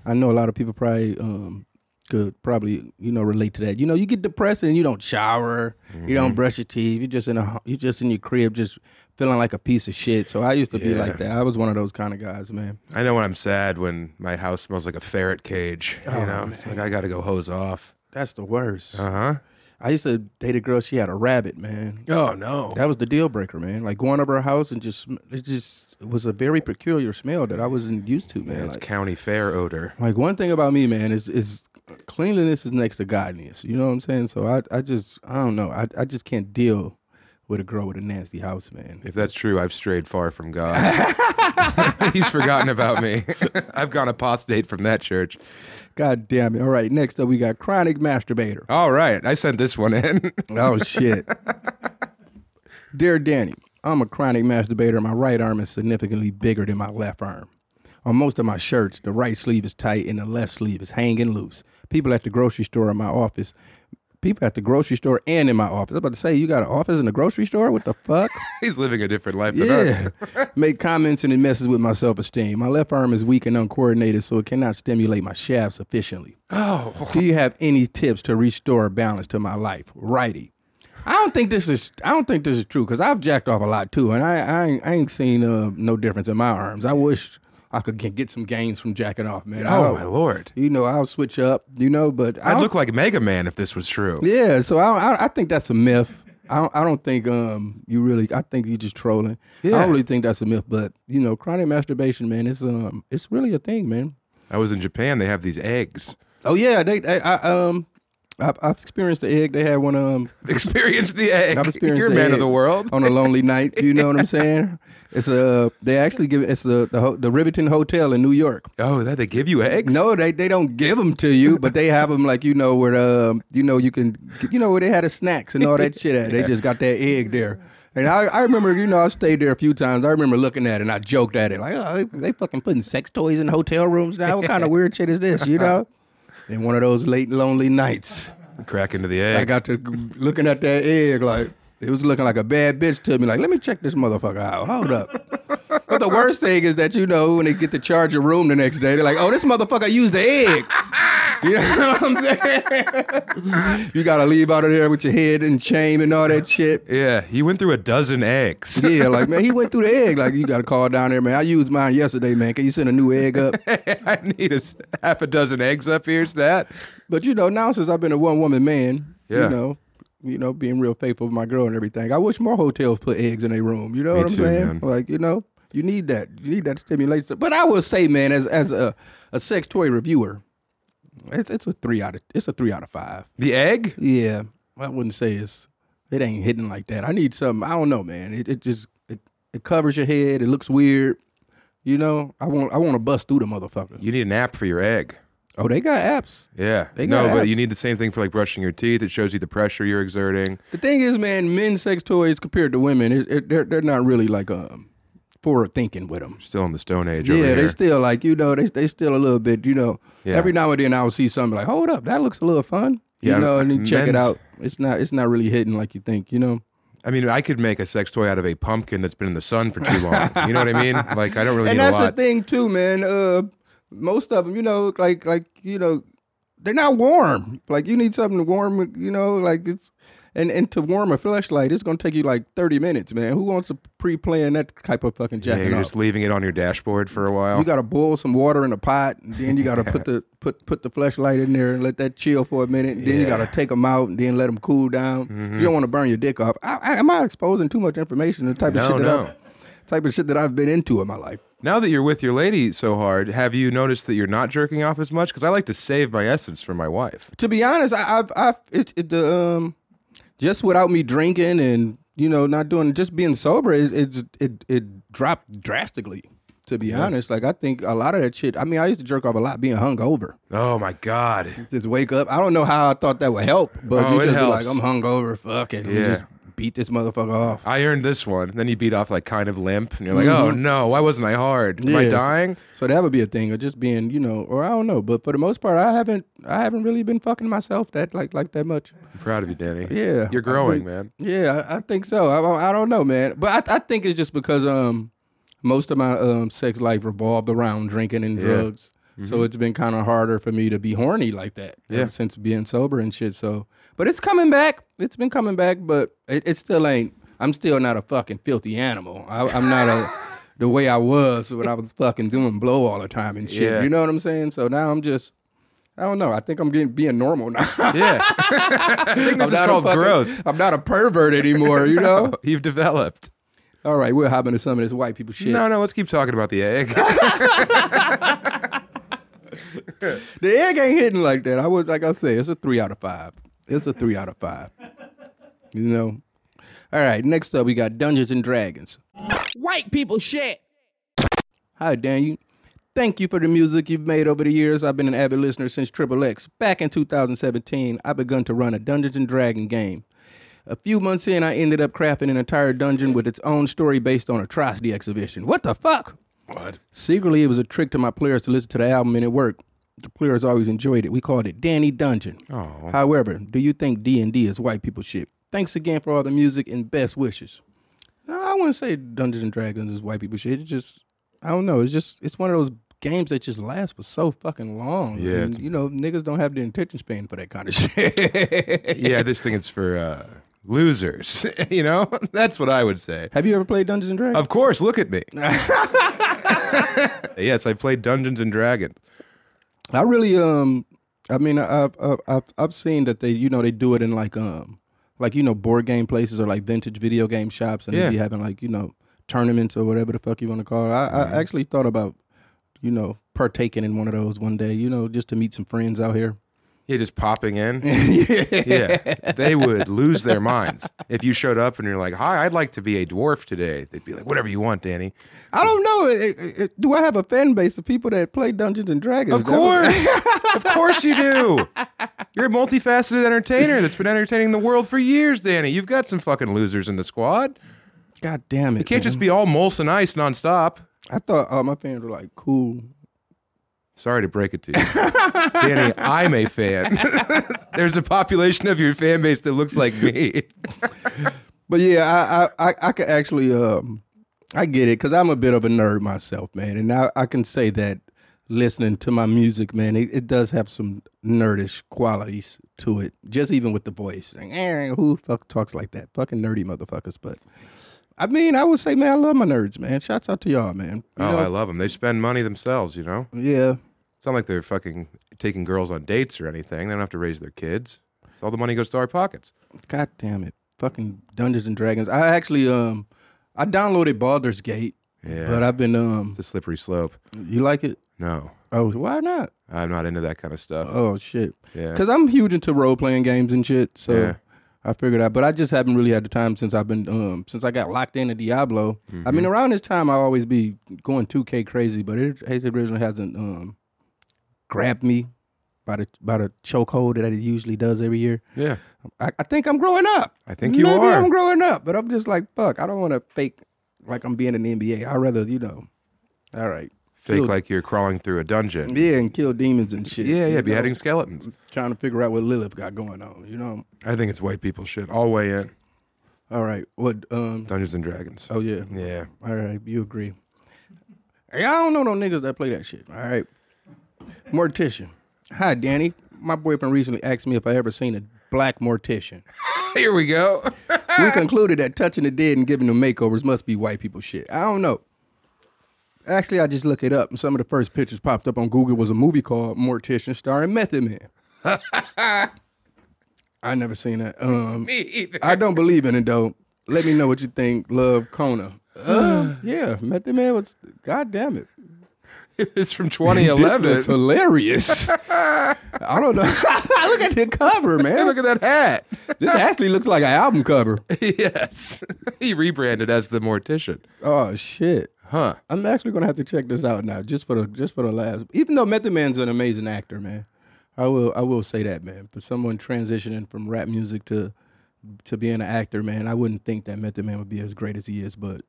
Speaker 2: I know a lot of people probably um could probably you know relate to that. You know, you get depressed and you don't shower, you don't brush your teeth. You're just in a you just in your crib, just feeling like a piece of shit. So I used to be
Speaker 3: Yeah.
Speaker 2: like that. I was one of those kind of guys, man.
Speaker 3: I know when I'm sad when my house smells like a ferret cage.
Speaker 2: Oh,
Speaker 3: You know, it's like I got to go hose off.
Speaker 2: That's the worst.
Speaker 3: Uh huh.
Speaker 2: I used to date a girl. She had a rabbit, man.
Speaker 3: Oh no.
Speaker 2: That was the deal breaker, man. Like going over her house and just it just it was a very peculiar smell that I wasn't used to, man.
Speaker 3: That's
Speaker 2: Like,
Speaker 3: county fair odor.
Speaker 2: like one thing about me, man, is is cleanliness is next to godliness. You know what I'm saying? So I I just I don't know. I I just can't deal with a girl with a nasty house, man.
Speaker 3: If that's true, I've strayed far
Speaker 2: *laughs*
Speaker 3: from God. *laughs* He's forgotten about me. *laughs* I've gone apostate from that church.
Speaker 2: God damn it. All right, next up we got chronic masturbator.
Speaker 3: All right, I sent this one in. *laughs*
Speaker 2: Oh shit. *laughs* Dear Danny, I'm a chronic masturbator. My right arm is significantly bigger than my left arm. On most of my shirts, the right sleeve is tight and the left sleeve is hanging loose. People at the grocery store in my office, people at the grocery store and in my office. I was about to say, you got an office in the grocery store? What the fuck?
Speaker 3: He's living a different life than us.
Speaker 2: Yeah. Make comments and it messes with my self esteem. My left arm is weak and uncoordinated, so it cannot stimulate my shaft sufficiently. Oh. Do you have any tips to restore balance to my life? Righty. I don't think this is I don't think this is true because I've jacked off a lot too, and I I ain't, I ain't seen uh, no difference in my arms. I wish I I could get, get some gains from jacking off, man.
Speaker 3: Oh
Speaker 2: I'll-
Speaker 3: my lord!
Speaker 2: You know, I'll switch up. You know, but I
Speaker 3: I'd
Speaker 2: don't-
Speaker 3: look like Mega Man if this was true.
Speaker 2: Yeah, so I, I I think that's a myth. I don't, I don't think um you really I think you just trolling. I
Speaker 3: Yeah.
Speaker 2: don't really think that's a myth, but you know, chronic masturbation, man, it's um it's really a thing, man.
Speaker 3: I was in Japan. They have these eggs. *laughs*
Speaker 2: Oh yeah, they, they I um I, I've experienced the egg. They had one um
Speaker 3: Experience
Speaker 2: *laughs*
Speaker 3: the egg.
Speaker 2: I've experienced
Speaker 3: You're
Speaker 2: the
Speaker 3: man of
Speaker 2: egg Oh.
Speaker 3: the world.
Speaker 2: on a lonely night. You know *laughs* what I'm saying? It's a they actually give it's the the, ho- the Riverton Hotel in New York.
Speaker 3: Oh, that they give you eggs?
Speaker 2: No, they they don't give them to you, but they have them like you know where um you know you can you know where they had the snacks and all that shit at. They just got that egg there. And I, I remember, you know, I stayed there a few times. I remember looking at it and I joked at it, like, oh, they, they fucking putting sex toys in hotel rooms now. What kind of weird shit is this, you know? And one of those late, lonely nights,
Speaker 3: Crack into the
Speaker 2: I
Speaker 3: egg.
Speaker 2: got to looking at that egg, like, it was looking like a bad bitch to me. Like, let me check this motherfucker out. Hold up. But the worst thing is that, you know, when they get to charge your room the next day, they're like, oh, this motherfucker used the egg. *laughs* You know what I'm saying? you gotta leave out of there with your head and shame and all that shit.
Speaker 3: yeah, he went through a dozen eggs.
Speaker 2: Yeah, like man, he went through the egg. Like you gotta call down there, man. I used mine yesterday, man. Can you send a new egg up?
Speaker 3: *laughs* I need a s- half a dozen eggs up here, stat.
Speaker 2: But you know, now since I've been a one woman man,
Speaker 3: Yeah.
Speaker 2: you know, you know, being real faithful with my girl and everything. I wish more hotels put eggs in their room. You know
Speaker 3: Me
Speaker 2: what I'm
Speaker 3: too,
Speaker 2: saying?
Speaker 3: man.
Speaker 2: Like, you know, you need that. You need that stimulation. But I will say, man, as as a, a sex toy reviewer, it's, it's a three out of it's a three out of five.
Speaker 3: The egg?
Speaker 2: Yeah, I wouldn't say it's it ain't hitting like that. I need something. I don't know, man. It it just it, it covers your head. It looks weird. You know, I want I want to bust through the motherfucker.
Speaker 3: You need an app for your egg.
Speaker 2: Oh, they got apps.
Speaker 3: Yeah.
Speaker 2: They
Speaker 3: no,
Speaker 2: got
Speaker 3: but
Speaker 2: apps.
Speaker 3: you need the same thing for like brushing your teeth. It shows you the pressure you're exerting.
Speaker 2: The thing is, man, men's sex toys compared to women, it, it, they're they're not really like um forward thinking with them.
Speaker 3: Still in the Stone Age over
Speaker 2: Yeah, they
Speaker 3: here.
Speaker 2: still like you know they they still a little bit you know
Speaker 3: Yeah.
Speaker 2: every now and then I'll see something like hold up that looks a little fun
Speaker 3: Yeah,
Speaker 2: you know and you check it
Speaker 3: men's-
Speaker 2: out it's not it's not really hitting like you think you know
Speaker 3: I mean, I could make a sex toy out of a pumpkin that's been in the sun for too
Speaker 2: *laughs*
Speaker 3: long. you know what I mean? Like, I don't really
Speaker 2: and
Speaker 3: need a
Speaker 2: that's the
Speaker 3: lot.
Speaker 2: thing too man uh most of them you know like like you know they're not warm like you need something warm you know like it's and and to warm a flashlight it's gonna take you like thirty minutes man who wants to pre plan that type of fucking
Speaker 3: yeah,
Speaker 2: jacket
Speaker 3: you're just leaving it on your dashboard for a while.
Speaker 2: You gotta boil some water in a pot, and then you gotta
Speaker 3: *laughs*
Speaker 2: put the put put the fleshlight in there and let that chill for a minute. And then you gotta take them out and then let them cool down. You
Speaker 3: Mm-hmm.
Speaker 2: don't want to burn your dick off. I, I, am I exposing too much information? to The type
Speaker 3: No,
Speaker 2: of shit that
Speaker 3: no.
Speaker 2: I, type of shit that I've been into in my life.
Speaker 3: Now that you're with your lady so hard, have you noticed that you're not jerking off as much? Because I like to save my essence for my wife.
Speaker 2: To be honest, I, I've I've it, it the um just without me drinking and you know not doing just being sober, it it's, it it dropped drastically. To be honest, like I think a lot of that shit. I mean, I used to jerk off a lot being hungover.
Speaker 3: Oh my god!
Speaker 2: just wake up. I don't know how I thought that would help, but
Speaker 3: Oh,
Speaker 2: you
Speaker 3: it
Speaker 2: just
Speaker 3: helps.
Speaker 2: be like, I'm hungover, fuck it. Let me
Speaker 3: Yeah.
Speaker 2: just beat this motherfucker off.
Speaker 3: I earned this one. Then you beat off like kind of limp, and you're like, oh no, why wasn't I hard? Am I
Speaker 2: Mm-hmm. Yes.
Speaker 3: dying?
Speaker 2: So that would be a thing of just being, you know, or I don't know. But for the most part, I haven't, I haven't really been fucking myself that like like that much.
Speaker 3: I'm proud of you, Danny.
Speaker 2: Yeah,
Speaker 3: you're
Speaker 2: I
Speaker 3: growing,
Speaker 2: think-
Speaker 3: man.
Speaker 2: Yeah, I, I think so. I- I, I don't know, man. But I, I think it's just because um most of my um sex life revolved around drinking and drugs. So it's been kind of harder for me to be horny like that ever
Speaker 3: Mm-hmm. Yeah.
Speaker 2: since being sober and shit. So, but it's coming back. It's been coming back, but it, it still ain't. I'm still not a fucking filthy animal. I, I'm not
Speaker 3: *laughs*
Speaker 2: a the way I was when I was fucking doing blow all the time and shit.
Speaker 3: Yeah.
Speaker 2: You know what I'm saying? So now I'm just. I don't know. I think I'm getting being normal now. *laughs*
Speaker 3: Yeah, I think this is
Speaker 2: not a
Speaker 3: called
Speaker 2: fucking-
Speaker 3: growth.
Speaker 2: I'm not a pervert anymore, you know?
Speaker 3: *laughs* You've developed.
Speaker 2: All right, we're hopping to some of this white people shit.
Speaker 3: No, no, let's keep talking about the egg.
Speaker 2: The egg ain't hitting like that. I was like I say, it's a three out of five. It's a three out of five. You know. All right, next up we got Dungeons and Dragons.
Speaker 4: White people shit.
Speaker 2: Hi, Daniel. Thank you for the music you've made over the years. I've been an avid listener since Triple X. Back in 2017, I begun to run a Dungeons and Dragon game. A few months in, I ended up crafting an entire dungeon with its own story based on atrocity exhibition. What the fuck?
Speaker 3: what?
Speaker 2: Secretly, it was a trick to my players to listen to the album, and it worked. The players always enjoyed it. We called it Danny Dungeon.
Speaker 3: Aw.
Speaker 2: However, do you think D and D is white people shit? Thanks again for all the music and best wishes. No, I wouldn't say Dungeons and Dragons is white people shit. It's just I don't know. It's just it's one of those games that just lasts for so fucking long.
Speaker 3: Yeah,
Speaker 2: and,
Speaker 3: it's- *laughs*
Speaker 2: you know niggas don't have the attention span for that kind of *laughs* shit.
Speaker 3: Yeah, this thing is for uh, losers. *laughs* you know, that's what I would say.
Speaker 2: Have you ever played Dungeons and Dragons?
Speaker 3: Of course, look *laughs* at me. yes, I played Dungeons and Dragons.
Speaker 2: I really um I mean I- I've I've I've I've seen that they you know they do it in like um like you know board game places or like vintage video game shops and
Speaker 3: Yeah.
Speaker 2: they be having like you know tournaments or whatever the fuck you want to call it. I,
Speaker 3: Mm-hmm.
Speaker 2: I actually thought about you know partaking in one of those one day you know just to meet some friends out here.
Speaker 3: Yeah, just popping in. *laughs* yeah. They would lose their minds. If you showed up and you're like, Hi, I'd like to be a dwarf today, they'd be like, Whatever you want, Danny.
Speaker 2: I don't know. It- it- it- do I have a fan base of people that play Dungeons and Dragons?
Speaker 3: Of course. of course you do. You're a multifaceted entertainer that's been entertaining the world for years, Danny. You've got some fucking losers in the squad.
Speaker 2: *laughs* God damn it!
Speaker 3: You can't just be all Molson Ice nonstop.
Speaker 2: I thought all my fans were like cool.
Speaker 3: Sorry to break it to you. Danny, I'm a fan. *laughs* There's a population of your fan base that looks like me.
Speaker 2: But yeah, I I I, I could actually um I get it because I'm a bit of a nerd myself, man, and I, I can say that listening to my music, man, it, it does have some nerdish qualities to it. Just even with the voice, like, eh, who fuck talks like that? Fucking nerdy motherfuckers. But I mean, I would say, man, I love my nerds, man. Shouts out to y'all, man. You
Speaker 3: Oh,
Speaker 2: know,
Speaker 3: I love them. They spend money themselves, you know?
Speaker 2: yeah.
Speaker 3: It's not like they're fucking taking girls on dates or anything. They don't have to raise their kids. So all the money goes to our pockets.
Speaker 2: God damn it. Fucking Dungeons and Dragons. I actually um I downloaded Baldur's Gate,
Speaker 3: Yeah.
Speaker 2: but I've been um
Speaker 3: it's a slippery slope.
Speaker 2: you like it?
Speaker 3: No,
Speaker 2: Oh, why not?
Speaker 3: I'm not into that kind of stuff.
Speaker 2: Oh shit.
Speaker 3: Yeah.
Speaker 2: Cause I'm huge into role playing games and shit. So
Speaker 3: Yeah.
Speaker 2: I figured out, but I just haven't really had the time since I've been um since I got locked into Diablo. I
Speaker 3: Mm-hmm.
Speaker 2: mean, around this time I always be going 2K crazy, but it, it originally hasn't um grabbed me by the by the chokehold that it usually does every year.
Speaker 3: yeah.
Speaker 2: I, I think I'm growing up.
Speaker 3: I think you
Speaker 2: Maybe
Speaker 3: are.
Speaker 2: I'm growing up, but I'm just like, fuck, I don't want to fake like I'm being in the NBA. I'd rather, you know, all right.
Speaker 3: Fake
Speaker 2: kill-
Speaker 3: like you're crawling through a dungeon.
Speaker 2: Yeah, and kill demons and shit.
Speaker 3: Yeah,
Speaker 2: you
Speaker 3: yeah,
Speaker 2: know?
Speaker 3: beheading skeletons.
Speaker 2: Trying to figure out what Lilith got going on, you know?
Speaker 3: I think it's white people shit. All way in.
Speaker 2: All right. What, um,
Speaker 3: Dungeons and Dragons.
Speaker 2: oh, yeah.
Speaker 3: Yeah.
Speaker 2: All right, you agree. Hey, I don't know no niggas that play that shit. All right. Mortician. Hi, Danny. My boyfriend recently asked me if I ever seen a black mortician.
Speaker 3: Here we go. *laughs*
Speaker 2: we concluded that touching the dead and giving them makeovers must be white people shit. I don't know. Actually, I just looked it up, and some of the first pictures popped up on Google was a movie called Mortician starring Method Man. I never seen that. Um, I don't believe in it though. Let me know what you think. Love Kona. Uh, yeah, Method Man was. God damn it.
Speaker 3: *laughs* it's from
Speaker 2: This looks
Speaker 3: 2011.
Speaker 2: hilarious. I don't know. Look *laughs* at the cover,
Speaker 3: Hey,
Speaker 2: man.
Speaker 3: look at that hat. *laughs*
Speaker 2: This actually looks like an album cover.
Speaker 3: yes. he rebranded as the mortician.
Speaker 2: Oh shit.
Speaker 3: Huh.
Speaker 2: I'm actually gonna have to check this out now, just for the just for the laughs. Even though Method Man's an amazing actor, man, I will I will say that, man. For someone transitioning from rap music to to being an actor, man, I wouldn't think that Method Man would be as great as he is, but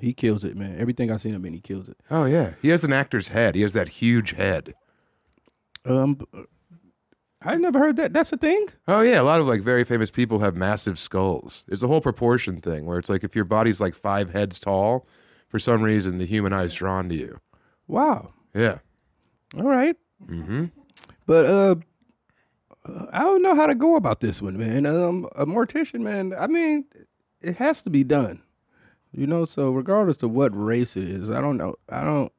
Speaker 2: he kills it, man. Everything I've seen him in, he kills it.
Speaker 3: Oh, yeah. He has an actor's head. He has that huge head.
Speaker 2: Um, b- I never heard that. That's a thing.
Speaker 3: Oh yeah, a lot of like very famous people have massive skulls. It's the whole proportion thing where it's like if your body's like five heads tall, for some reason the human eye's drawn to you.
Speaker 2: Wow.
Speaker 3: Yeah.
Speaker 2: All right. Mm-hmm. But uh, I don't know how to go about this one, man. Um, a mortician, man. I mean, it has to be done, you know. So regardless of what race it is, I don't know. I don't.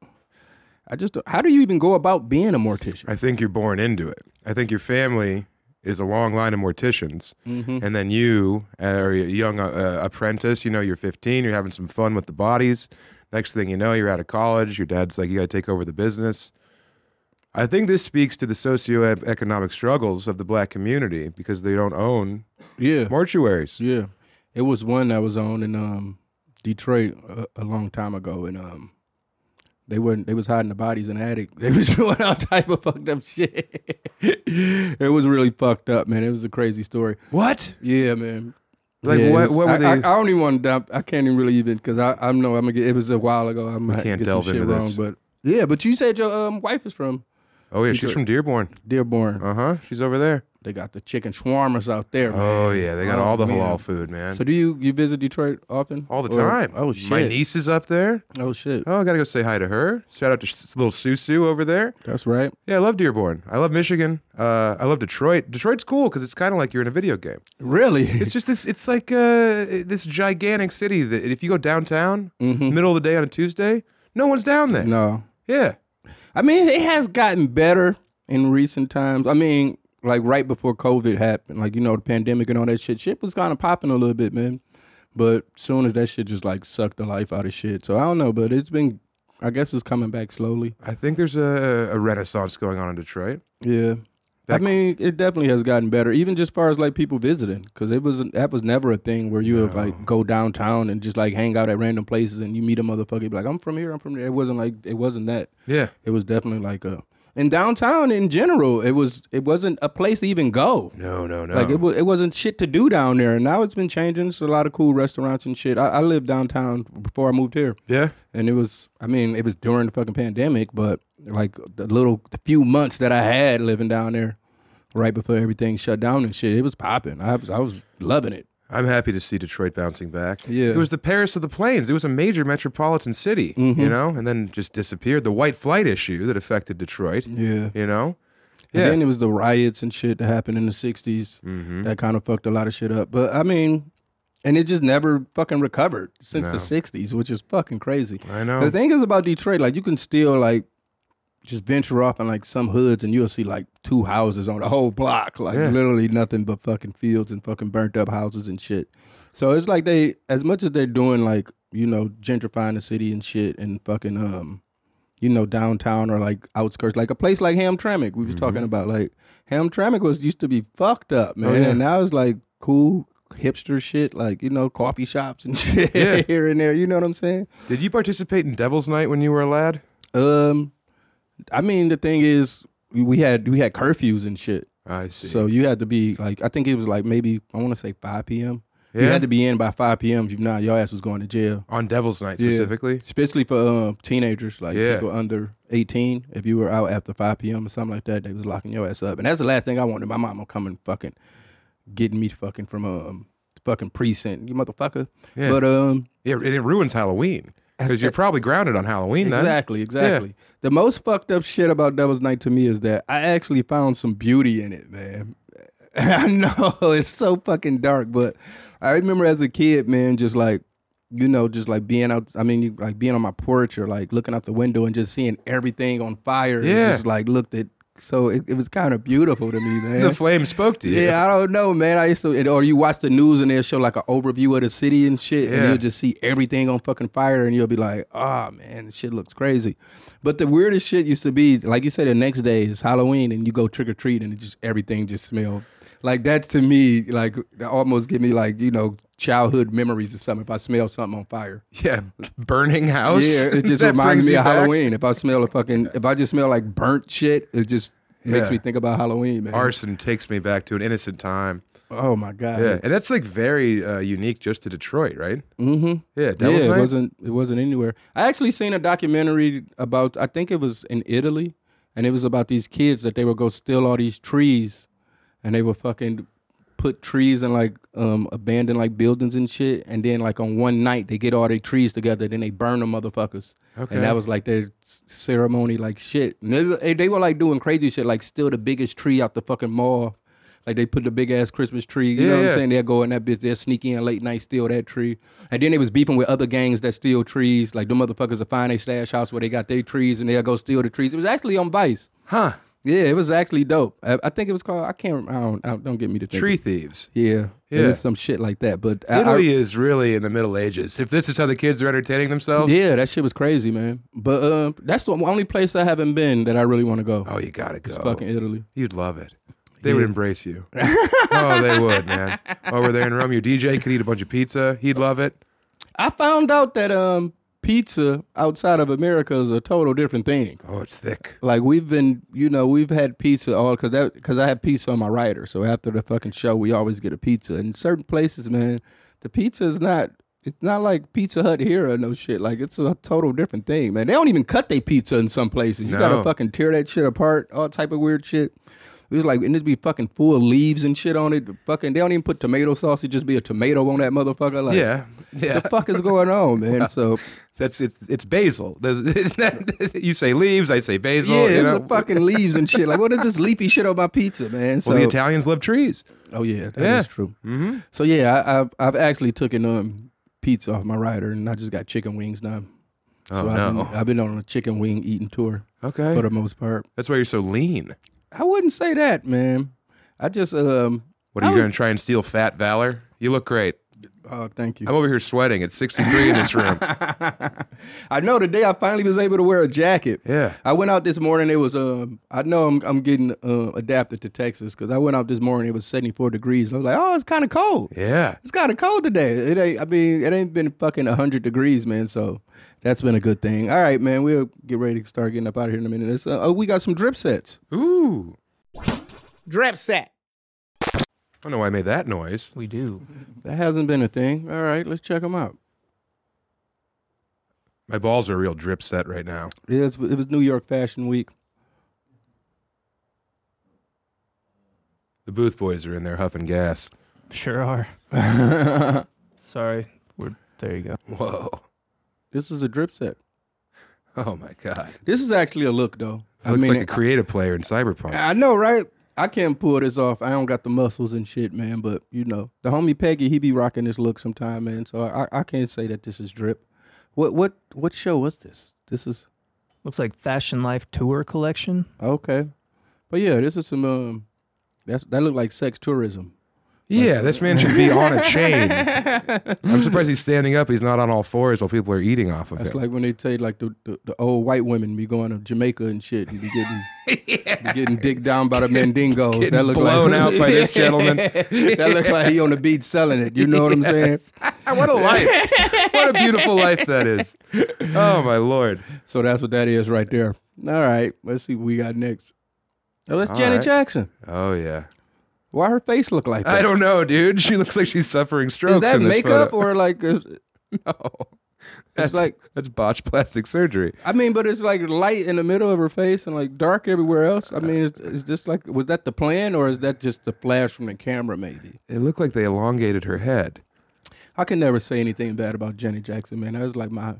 Speaker 2: I just. don't- How do you even go about being a mortician?
Speaker 3: I think you're born into it. I think your family is a long line of morticians, and then you are a young uh, apprentice. You know, you're 15. You're having some fun with the bodies. Next thing you know, you're out of college. Your dad's like, "You got to take over the business." I think this speaks to the socioeconomic struggles of the black community because they don't own
Speaker 2: Yeah.
Speaker 3: mortuaries.
Speaker 2: Yeah, it was one that was on in um Detroit a, a long time ago, and um they weren't they was hiding the bodies in the attic. *laughs* They was doing all type of fucked up shit. *laughs* it was really fucked up, man. It was a crazy story.
Speaker 3: What?
Speaker 2: Yeah, man.
Speaker 3: Like,
Speaker 2: Yeah, it
Speaker 3: what-
Speaker 2: was-
Speaker 3: what were
Speaker 2: I,
Speaker 3: they-
Speaker 2: I, I don't even want to dump. I can't even really even because I I know I'm gonna get. It was a while ago. I might
Speaker 3: can't
Speaker 2: get
Speaker 3: delve
Speaker 2: some shit
Speaker 3: into
Speaker 2: wrong,
Speaker 3: this.
Speaker 2: but yeah. But you said your um wife is from
Speaker 3: Oh yeah, she's from Dearborn.
Speaker 2: Dearborn.
Speaker 3: Uh huh. She's over there.
Speaker 2: They got the chicken shawarmas out there. man.
Speaker 3: Oh yeah, they got
Speaker 2: Oh,
Speaker 3: all the
Speaker 2: man.
Speaker 3: halal food, man.
Speaker 2: So do you you visit Detroit often?
Speaker 3: all the
Speaker 2: Or-
Speaker 3: time.
Speaker 2: Oh shit.
Speaker 3: My niece is up there.
Speaker 2: Oh shit.
Speaker 3: Oh, I gotta go say hi to her. Shout out to s- little Susu over there.
Speaker 2: That's right.
Speaker 3: Yeah, I love Dearborn. I love Michigan. Uh, I love Detroit. Detroit's cool because it's kind of like you're in a video game.
Speaker 2: Really?
Speaker 3: It's just this. It's like uh, this gigantic city that if you go downtown, middle of the day on a Tuesday, no one's down
Speaker 2: *laughs*
Speaker 3: there.
Speaker 2: Mm-hmm. no.
Speaker 3: Yeah.
Speaker 2: I mean, it has gotten better in recent times. I mean, like right before COVID happened, like you know the pandemic and all that shit. Shit was kind of popping a little bit, man. But soon as that shit just like sucked the life out of shit. So I don't know, but it's been. I guess it's coming back slowly.
Speaker 3: I think there's a, a renaissance going on in Detroit.
Speaker 2: Yeah.
Speaker 3: That-
Speaker 2: I mean, it definitely has gotten better, even just far as like people visiting, because it was that was never a thing where you would like go downtown and just like hang out at random places and you meet a motherfucker, you'd be like, I'm from here, I'm from there. It wasn't like it wasn't that.
Speaker 3: Yeah.
Speaker 2: It was definitely like a and downtown in general, it was it wasn't a place to even go.
Speaker 3: No, no, no.
Speaker 2: Like it was, it wasn't shit to do down there, and now it's been changing. There's a lot of cool restaurants and shit. I, I lived downtown before I moved here,
Speaker 3: yeah.
Speaker 2: and it was i mean it was during the fucking pandemic but like the little the few months that i had living down there right before everything shut down and shit it was popping i was i was loving it
Speaker 3: I'm happy to see Detroit bouncing back.
Speaker 2: Yeah.
Speaker 3: It was the Paris of the plains. It was a major metropolitan city, you
Speaker 2: Mm-hmm.
Speaker 3: know, and then just disappeared. The white flight issue that affected Detroit,
Speaker 2: yeah
Speaker 3: you know?
Speaker 2: and
Speaker 3: Yeah. Mm-hmm.
Speaker 2: then it was the riots and shit that happened in the 60s that kind of fucked a lot of shit up but i mean and it just never fucking recovered since
Speaker 3: No.
Speaker 2: the 60s which is fucking crazy
Speaker 3: I know.
Speaker 2: the thing is about detroit like you can still like just venture off in like some hoods and you'll see like two houses on the whole block. Like
Speaker 3: Yeah.
Speaker 2: literally nothing but fucking fields and fucking burnt up houses and shit. So it's like they as much as they're doing like, you know, gentrifying the city and shit and fucking um you know, downtown or like outskirts, like a place like Hamtramck we was
Speaker 3: Mm-hmm.
Speaker 2: talking about. Like Hamtramck was used to be fucked up, man.
Speaker 3: Oh, yeah.
Speaker 2: And now it's like cool hipster shit, like, you know, coffee shops and *laughs* shit
Speaker 3: Yeah.
Speaker 2: here and there. You know what I'm saying?
Speaker 3: Did you participate in Devil's Night when you were a lad?
Speaker 2: Um, I mean, the thing is, we had we had curfews and shit,
Speaker 3: I see.
Speaker 2: so you had to be like, I think it was like maybe I want to say five p.m. You
Speaker 3: Yeah.
Speaker 2: had to be in by five p.m. If not, your ass was going to jail.
Speaker 3: on Devil's Night
Speaker 2: Yeah.
Speaker 3: specifically?
Speaker 2: Especially for uh, teenagers, like
Speaker 3: Yeah.
Speaker 2: people under eighteen. If you were out after five p.m. or something like that, they was locking your ass up, and that's the last thing I wanted. My mama coming fucking getting me fucking from um fucking precinct, you motherfucker.
Speaker 3: Yeah.
Speaker 2: But um,
Speaker 3: Yeah, and it ruins Halloween because you're probably grounded on Halloween then.
Speaker 2: Exactly, exactly. The most fucked up shit about Devil's Night to me is that I actually found some beauty in it, man. *laughs* I know *laughs* it's so fucking dark, but I remember as a kid, man, just like you know, just like being out. I mean, you- like being on my porch or like looking out the window and just seeing everything on fire. It
Speaker 3: Yeah.
Speaker 2: just like looked at. So it, it was kind of beautiful to me, man.
Speaker 3: The flame spoke to you.
Speaker 2: Yeah, I don't know, man. I used to, and- or you watch the news and they'll show like an overview of the city and shit, and
Speaker 3: Yeah.
Speaker 2: you'll just see everything on fucking fire, and you'll be like, ah, man, this shit looks crazy. But the weirdest shit used to be, like you said, the next day is Halloween, and you go trick or treat, and it just everything just smelled. Like that's to me, like that almost give me like you know childhood memories or something. If I smell something on fire,
Speaker 3: *laughs* Yeah, burning house.
Speaker 2: yeah, it just
Speaker 3: Oh, *laughs* That
Speaker 2: reminds
Speaker 3: brings
Speaker 2: me
Speaker 3: you
Speaker 2: of
Speaker 3: back.
Speaker 2: Halloween. If I smell a fucking, if I just smell like burnt shit, it just
Speaker 3: Yeah.
Speaker 2: makes me think about Halloween, man.
Speaker 3: Arson takes me back to an innocent time.
Speaker 2: oh my god,
Speaker 3: Yeah, and that's like very uh, unique just to Detroit, right?
Speaker 2: Mm-hmm.
Speaker 3: Yeah, Devil's
Speaker 2: yeah,
Speaker 3: Night.
Speaker 2: it wasn't it wasn't anywhere. I actually seen a documentary about I think it was in Italy, and it was about these kids that they would go steal all these trees, and they would fucking put trees in like um abandoned like buildings and shit, and then like on one night they get all their trees together, then they burn them motherfuckers.
Speaker 3: Okay.
Speaker 2: And that was like their s- ceremony, like shit. And They, were- they were like doing crazy shit, like steal the biggest tree out the fucking mall. Like they put the big ass Christmas tree. You
Speaker 3: Yeah,
Speaker 2: know what
Speaker 3: yeah.
Speaker 2: I'm saying? They'll go in that bitch, they'll sneak in late night, steal that tree. And then they was beefing with other gangs that steal trees. Like the motherfuckers will find a stash house where they got their trees and they'll go steal the trees. It was actually on Vice.
Speaker 3: Huh?
Speaker 2: Yeah, it was actually dope. I, I think it was called, I can't remember, I don't, I don't- don't get me to think.
Speaker 3: Tree thieves.
Speaker 2: Yeah.
Speaker 3: Yeah.
Speaker 2: It was some shit like that. But I- I,
Speaker 3: Italy is really in the Middle Ages. If this is how the kids are entertaining themselves,
Speaker 2: yeah, that shit was crazy, man. But uh, that's the only place I haven't been that I really want to go.
Speaker 3: oh, you gotta go.
Speaker 2: Fucking Italy.
Speaker 3: You'd love it. They would embrace *laughs* you. oh, they would, man. Over there in Rome, your DJ could eat a bunch of pizza. He'd love it.
Speaker 2: I found out that um pizza outside of America is a total different thing.
Speaker 3: Oh, it's thick.
Speaker 2: Like we've been, you know, we've had pizza all because that because I had pizza on my rider. So after the fucking show, we always get a pizza. And certain places, man, the pizza is not it's not like Pizza Hut here or no shit. Like it's a total different thing, man. They don't even cut their pizza in some places. You
Speaker 3: No.
Speaker 2: gotta fucking tear that shit apart, all type of weird shit. It was like and this be fucking full of leaves and shit on it. Fucking they don't even put tomato sauce. It just be a tomato on that motherfucker. Like
Speaker 3: Yeah, yeah.
Speaker 2: the fuck is going on,
Speaker 3: *laughs*
Speaker 2: man? So
Speaker 3: That's it's it's basil. There's, *laughs* you say leaves, I say basil.
Speaker 2: yeah,
Speaker 3: you
Speaker 2: it's
Speaker 3: know?
Speaker 2: the fucking leaves and shit. Like what is this leafy shit on my pizza, man? So
Speaker 3: Well, the Italians love trees.
Speaker 2: oh yeah, that is
Speaker 3: Yeah. Mm-hmm.
Speaker 2: true. So yeah, I, I've I've actually taken um pizza off my rider and I just got chicken wings now.
Speaker 3: Oh
Speaker 2: so I've,
Speaker 3: no.
Speaker 2: been, I've been on a chicken wing eating tour
Speaker 3: okay.
Speaker 2: for the most part.
Speaker 3: That's why you're so lean.
Speaker 2: I wouldn't say that, man. I just um.
Speaker 3: What
Speaker 2: I
Speaker 3: are you
Speaker 2: would-
Speaker 3: going to try and steal fat valor? You look great.
Speaker 2: Oh, thank you.
Speaker 3: I'm over here sweating. It's 63 in this *laughs* room.
Speaker 2: I know the day I finally was able to wear a jacket.
Speaker 3: Yeah.
Speaker 2: I went out this morning. It was um. I know I'm I'm getting uh, adapted to Texas because I went out this morning. It was 74 degrees. I was like, oh, it's kind of cold.
Speaker 3: Yeah.
Speaker 2: It's kind of cold today. It ain't. I mean, it ain't been fucking 100 degrees, man. So that's been a good thing. All right, man. We'll get ready to start getting up out of here in a minute. It's, uh, oh, we got some drip sets.
Speaker 3: Ooh.
Speaker 4: Drip set.
Speaker 3: I don't know why I made that noise.
Speaker 5: We do.
Speaker 2: That hasn't been a thing. All right, let's check them out.
Speaker 3: My balls are a real drip set right now.
Speaker 2: Yeah, it's, it was New York Fashion Week. *laughs*
Speaker 3: The booth boys are in there huffing gas.
Speaker 5: Sure are. Sorry. We're there you go.
Speaker 3: Whoa.
Speaker 2: This is a drip set.
Speaker 3: Oh my god.
Speaker 2: This is actually a look, though. I
Speaker 3: Looks
Speaker 2: mean,
Speaker 3: like a creative player in Cyberpunk.
Speaker 2: I know, right? I can't pull this off. I don't got the muscles and shit, man. But you know, the homie Peggy, he be rocking this look sometime, man. So I, I can't say that this is drip. What what what show was this? This is
Speaker 5: Looks like Fashion Life Tour Collection.
Speaker 2: okay, but yeah, this is some um, that's that look like sex tourism.
Speaker 3: yeah, this man should be on a chain. *laughs* I'm surprised he's standing up. He's not on all fours while people are eating off of
Speaker 2: That's
Speaker 3: him.
Speaker 2: like when they tell you like the, the, the old white women be going to Jamaica and shit and be
Speaker 3: *laughs*
Speaker 2: getting be getting dicked down by the mandingos.
Speaker 3: Getting
Speaker 2: that look
Speaker 3: blown
Speaker 2: like,
Speaker 3: out by *laughs* this
Speaker 2: *laughs*
Speaker 3: gentleman.
Speaker 2: that look like he
Speaker 3: *laughs*
Speaker 2: on the beach selling it. You know what I'm saying?
Speaker 3: what a life. what a beautiful life that is. Oh my lord.
Speaker 2: So that's what that is right there. All right, let's see what we got next. Oh, that's
Speaker 3: All
Speaker 2: Janet
Speaker 3: right.
Speaker 2: Jackson.
Speaker 3: Oh yeah.
Speaker 2: Why her face look like that?
Speaker 3: I don't know, dude. She looks like she's suffering strokes.
Speaker 2: Is that
Speaker 3: in this
Speaker 2: makeup
Speaker 3: photo.
Speaker 2: or like? Is,
Speaker 3: *laughs* no? That's
Speaker 2: like-
Speaker 3: like that's botched plastic surgery.
Speaker 2: I mean, but it's like light in the middle of her face and like dark everywhere else. I mean, is, is this like was that the plan or is that just the flash from the camera? Maybe
Speaker 3: It looked like they elongated her head.
Speaker 2: I can never say anything bad about Janet Jackson, man. That was like my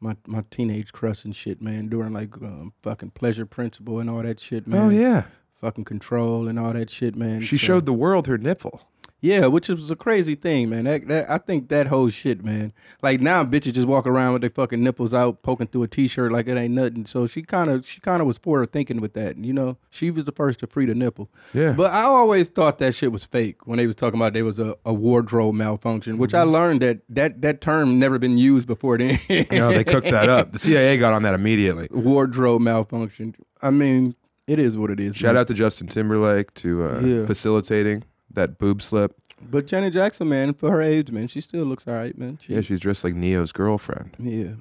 Speaker 2: my my teenage crush and shit, man. During like um, fucking Pleasure Principle and all that shit, man.
Speaker 3: Oh yeah.
Speaker 2: fucking Control and all that shit, man.
Speaker 3: She
Speaker 2: So-
Speaker 3: showed the world her nipple.
Speaker 2: Yeah, which is a crazy thing, man. That, that I think that whole shit, man. Like now, bitches just walk around with their fucking nipples out, poking through a t-shirt like it ain't nothing. So she kind of, she kind of was forward thinking with that. You know, she was the first to free the nipple.
Speaker 3: Yeah.
Speaker 2: But I always thought that shit was fake when they was talking about there was a, a wardrobe malfunction, which
Speaker 3: Mm-hmm.
Speaker 2: I learned that that that term never been used before then. *laughs*
Speaker 3: No, they cooked that up. The CIA got on that immediately.
Speaker 2: wardrobe malfunction. I mean, it is what it is.
Speaker 3: Shout
Speaker 2: man.
Speaker 3: out to Justin Timberlake to uh,
Speaker 2: Yeah.
Speaker 3: facilitating that boob slip.
Speaker 2: But Janet Jackson, man, for her age, man, she still looks all right, man. She,
Speaker 3: Yeah, she's dressed like Neo's girlfriend.
Speaker 2: Yeah.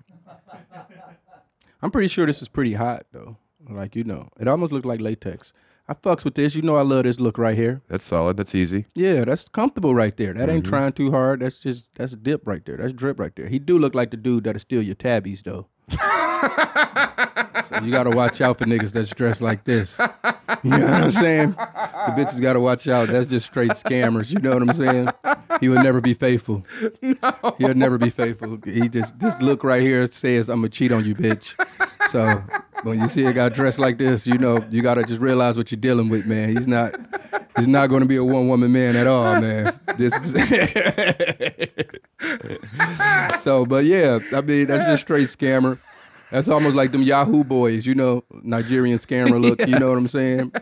Speaker 2: I'm pretty sure this is pretty hot though. Like you know, it almost looked like latex. I fucks with this. You know, I love this look right here.
Speaker 3: That's solid. That's easy.
Speaker 2: Yeah, that's comfortable right there. That ain't trying too hard. That's just that's dip right there. That's drip right there. He do look like the dude that'll steal your tabbies though. so you gotta watch out for niggas that's dressed like this. You know what I'm saying? The bitches gotta watch out. That's just straight scammers. You know what I'm saying? He would never be faithful. No. He'll never be faithful. He just this look right here says I'm gonna cheat on you, bitch. So when you see a guy dressed like this, you know you gotta just realize what you're dealing with, man. He's not he's not gonna be a one woman man at all, man. This is *laughs* So but yeah, I mean that's just straight scammer. That's almost like them Yahoo boys, you know, Nigerian scammer look. You know what I'm saying?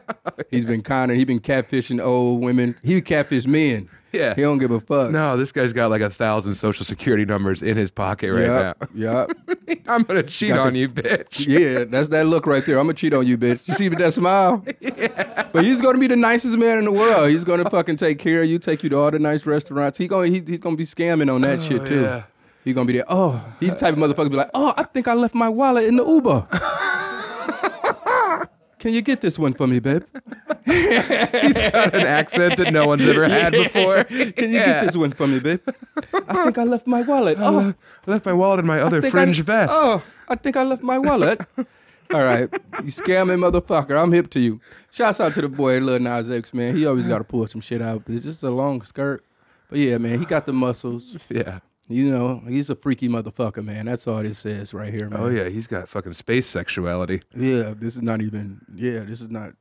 Speaker 2: He's been conning, he been catfishing old women. He catfish men.
Speaker 3: Yeah.
Speaker 2: He don't give a fuck.
Speaker 3: No, this guy's got like a thousand social security numbers in his pocket right
Speaker 2: Yup,
Speaker 3: now. *laughs*
Speaker 2: yup.
Speaker 3: I'm gonna cheat
Speaker 2: Got
Speaker 3: on
Speaker 2: the-
Speaker 3: you, bitch.
Speaker 2: Yeah, that's that look right there. I'm gonna cheat on you, bitch. You see that smile? But he's gonna be the nicest man in the world. He's gonna fucking take care of you, take you to all the nice restaurants. He gonna he, he's gonna be scamming on that shit too.
Speaker 3: yeah.
Speaker 2: He gonna be there. Oh, he the type of motherfucker be like, oh, I think I left my wallet in the Uber. Can you get this one for me, babe?
Speaker 3: got *laughs* an accent that no one's *laughs* ever had before.
Speaker 2: Can you get this one for me, babe? I think I left my wallet. Oh,
Speaker 3: I left my wallet in my
Speaker 2: I
Speaker 3: other
Speaker 2: think
Speaker 3: fringe
Speaker 2: I,
Speaker 3: vest.
Speaker 2: Oh, I think I left my wallet. *laughs* All right, you scamming motherfucker. I'm hip to you. Shouts out to the boy Lil Nas X, man. He always got to pull some shit out. It's just a long skirt, but yeah, man, he got the muscles.
Speaker 3: Yeah.
Speaker 2: You know, he's a freaky motherfucker, man. That's all this says right here, man.
Speaker 3: Oh yeah, he's got fucking space sexuality.
Speaker 2: Yeah, this is not even. Yeah, this is not.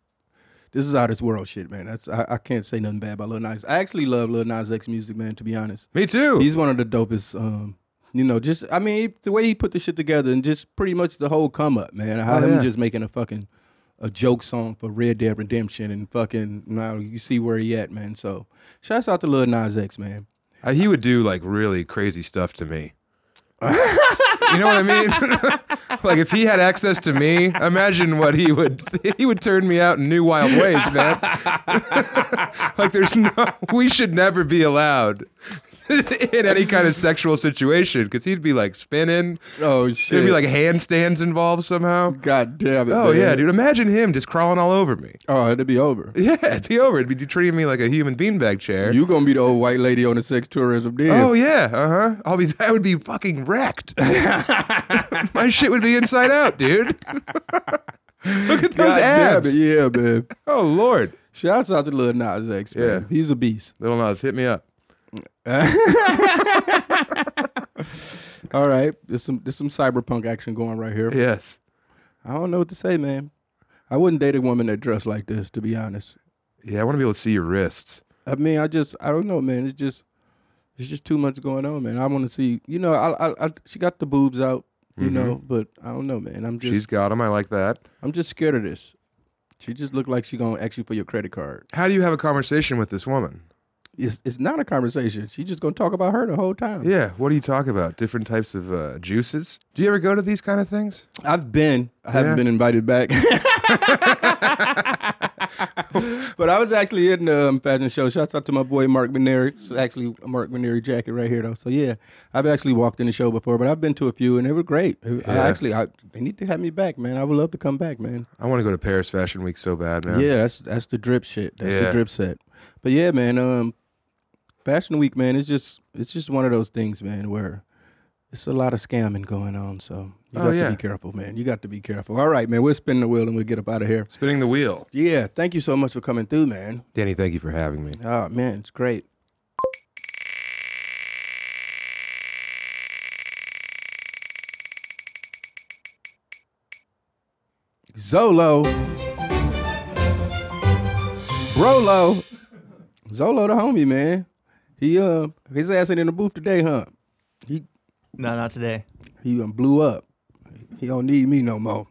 Speaker 2: This is out of this world shit, man. That's I, I can't say nothing bad about Lil Nas. I actually love Lil Nas X music, man. To be honest,
Speaker 3: Me too.
Speaker 2: he's one of the dopest. Um, you know, just I mean the way he put the shit together and just pretty much the whole come up, man. How
Speaker 3: Oh,
Speaker 2: him
Speaker 3: yeah.
Speaker 2: just making a fucking a joke song for Red Dead Redemption and fucking now you see where he at, man. So, shouts out to Lil Nas X, man.
Speaker 3: Uh, he would do like really crazy stuff to me. you know what I mean? *laughs* like if he had access to me, imagine what he would he would turn me out in new wild ways, man. *laughs* like there's no we should never be allowed *laughs* in any kind of sexual situation cuz he'd be like spinning,
Speaker 2: Oh
Speaker 3: there'd
Speaker 2: shit!
Speaker 3: be like handstands involved somehow.
Speaker 2: God damn it!
Speaker 3: Oh
Speaker 2: man.
Speaker 3: yeah, dude, imagine him just crawling all over me.
Speaker 2: Oh, it'd be over.
Speaker 3: Yeah, it'd be over. It'd be treating me like a human beanbag chair.
Speaker 2: You gonna be the old white lady on the sex tourism deal?
Speaker 3: Oh yeah, uh huh. I'll be. *laughs* I would be fucking
Speaker 2: *laughs*
Speaker 3: wrecked. My shit would be inside out, dude. *laughs* Look at those
Speaker 2: God damn
Speaker 3: abs.
Speaker 2: it, yeah, man.
Speaker 3: Oh lord,
Speaker 2: Shouts out to Lil Nas X, man.
Speaker 3: Yeah.
Speaker 2: He's a beast.
Speaker 3: little Nas, hit me up.
Speaker 2: All right. There's some there's some cyberpunk action going right here.
Speaker 3: Yes,
Speaker 2: I don't know what to say, man. I wouldn't date a woman that dressed like this, to be honest.
Speaker 3: yeah. I want to be able to see your wrists.
Speaker 2: I mean, I just I don't know, man. It's just it's just too much going on, man. I want to see, you know, I, I, I she got the boobs out, you know, but I don't know, man. I'm just
Speaker 3: She's got them. I like that.
Speaker 2: I'm just scared of this. She just looked like she gonna ask you for your credit card.
Speaker 3: How do you have a conversation with this woman?
Speaker 2: It's it's not a conversation. She just gonna talk about her the whole time.
Speaker 3: Yeah. What do you talk about? Different types of uh, juices. Do you ever go to these kind of things?
Speaker 2: I've been. I haven't
Speaker 3: Yeah.
Speaker 2: been invited
Speaker 3: *laughs*
Speaker 2: back. but I was actually in the um, fashion show. Shouts out to my boy Mark Maneri. It's actually a Mark Maneri jacket right here, though. So yeah, I've actually walked in the show before, but I've been to a few and they were great. I
Speaker 3: Yeah.
Speaker 2: actually, I, they need to have me back, man. I would love to come back, man.
Speaker 3: I want to go to Paris Fashion Week so bad, man.
Speaker 2: Yeah, that's that's the drip shit. That's
Speaker 3: Yeah.
Speaker 2: the drip set. But yeah, man, um Fashion Week, man, it's just it's just one of those things, man, where it's a lot of scamming going on. So you
Speaker 3: Oh,
Speaker 2: got
Speaker 3: yeah.
Speaker 2: to be careful, man. You got to be careful. All right, man, we'll spin the wheel and we'll get up out of here.
Speaker 3: Spinning the wheel.
Speaker 2: Yeah, thank you so much for coming through, man.
Speaker 3: Danny, thank you for having me.
Speaker 2: Oh man, it's great. Zolo. Rolo. Zolo the homie, man. He uh his ass ain't in the booth today, huh? He
Speaker 5: No, not today.
Speaker 2: he done blew up. He don't need me no more.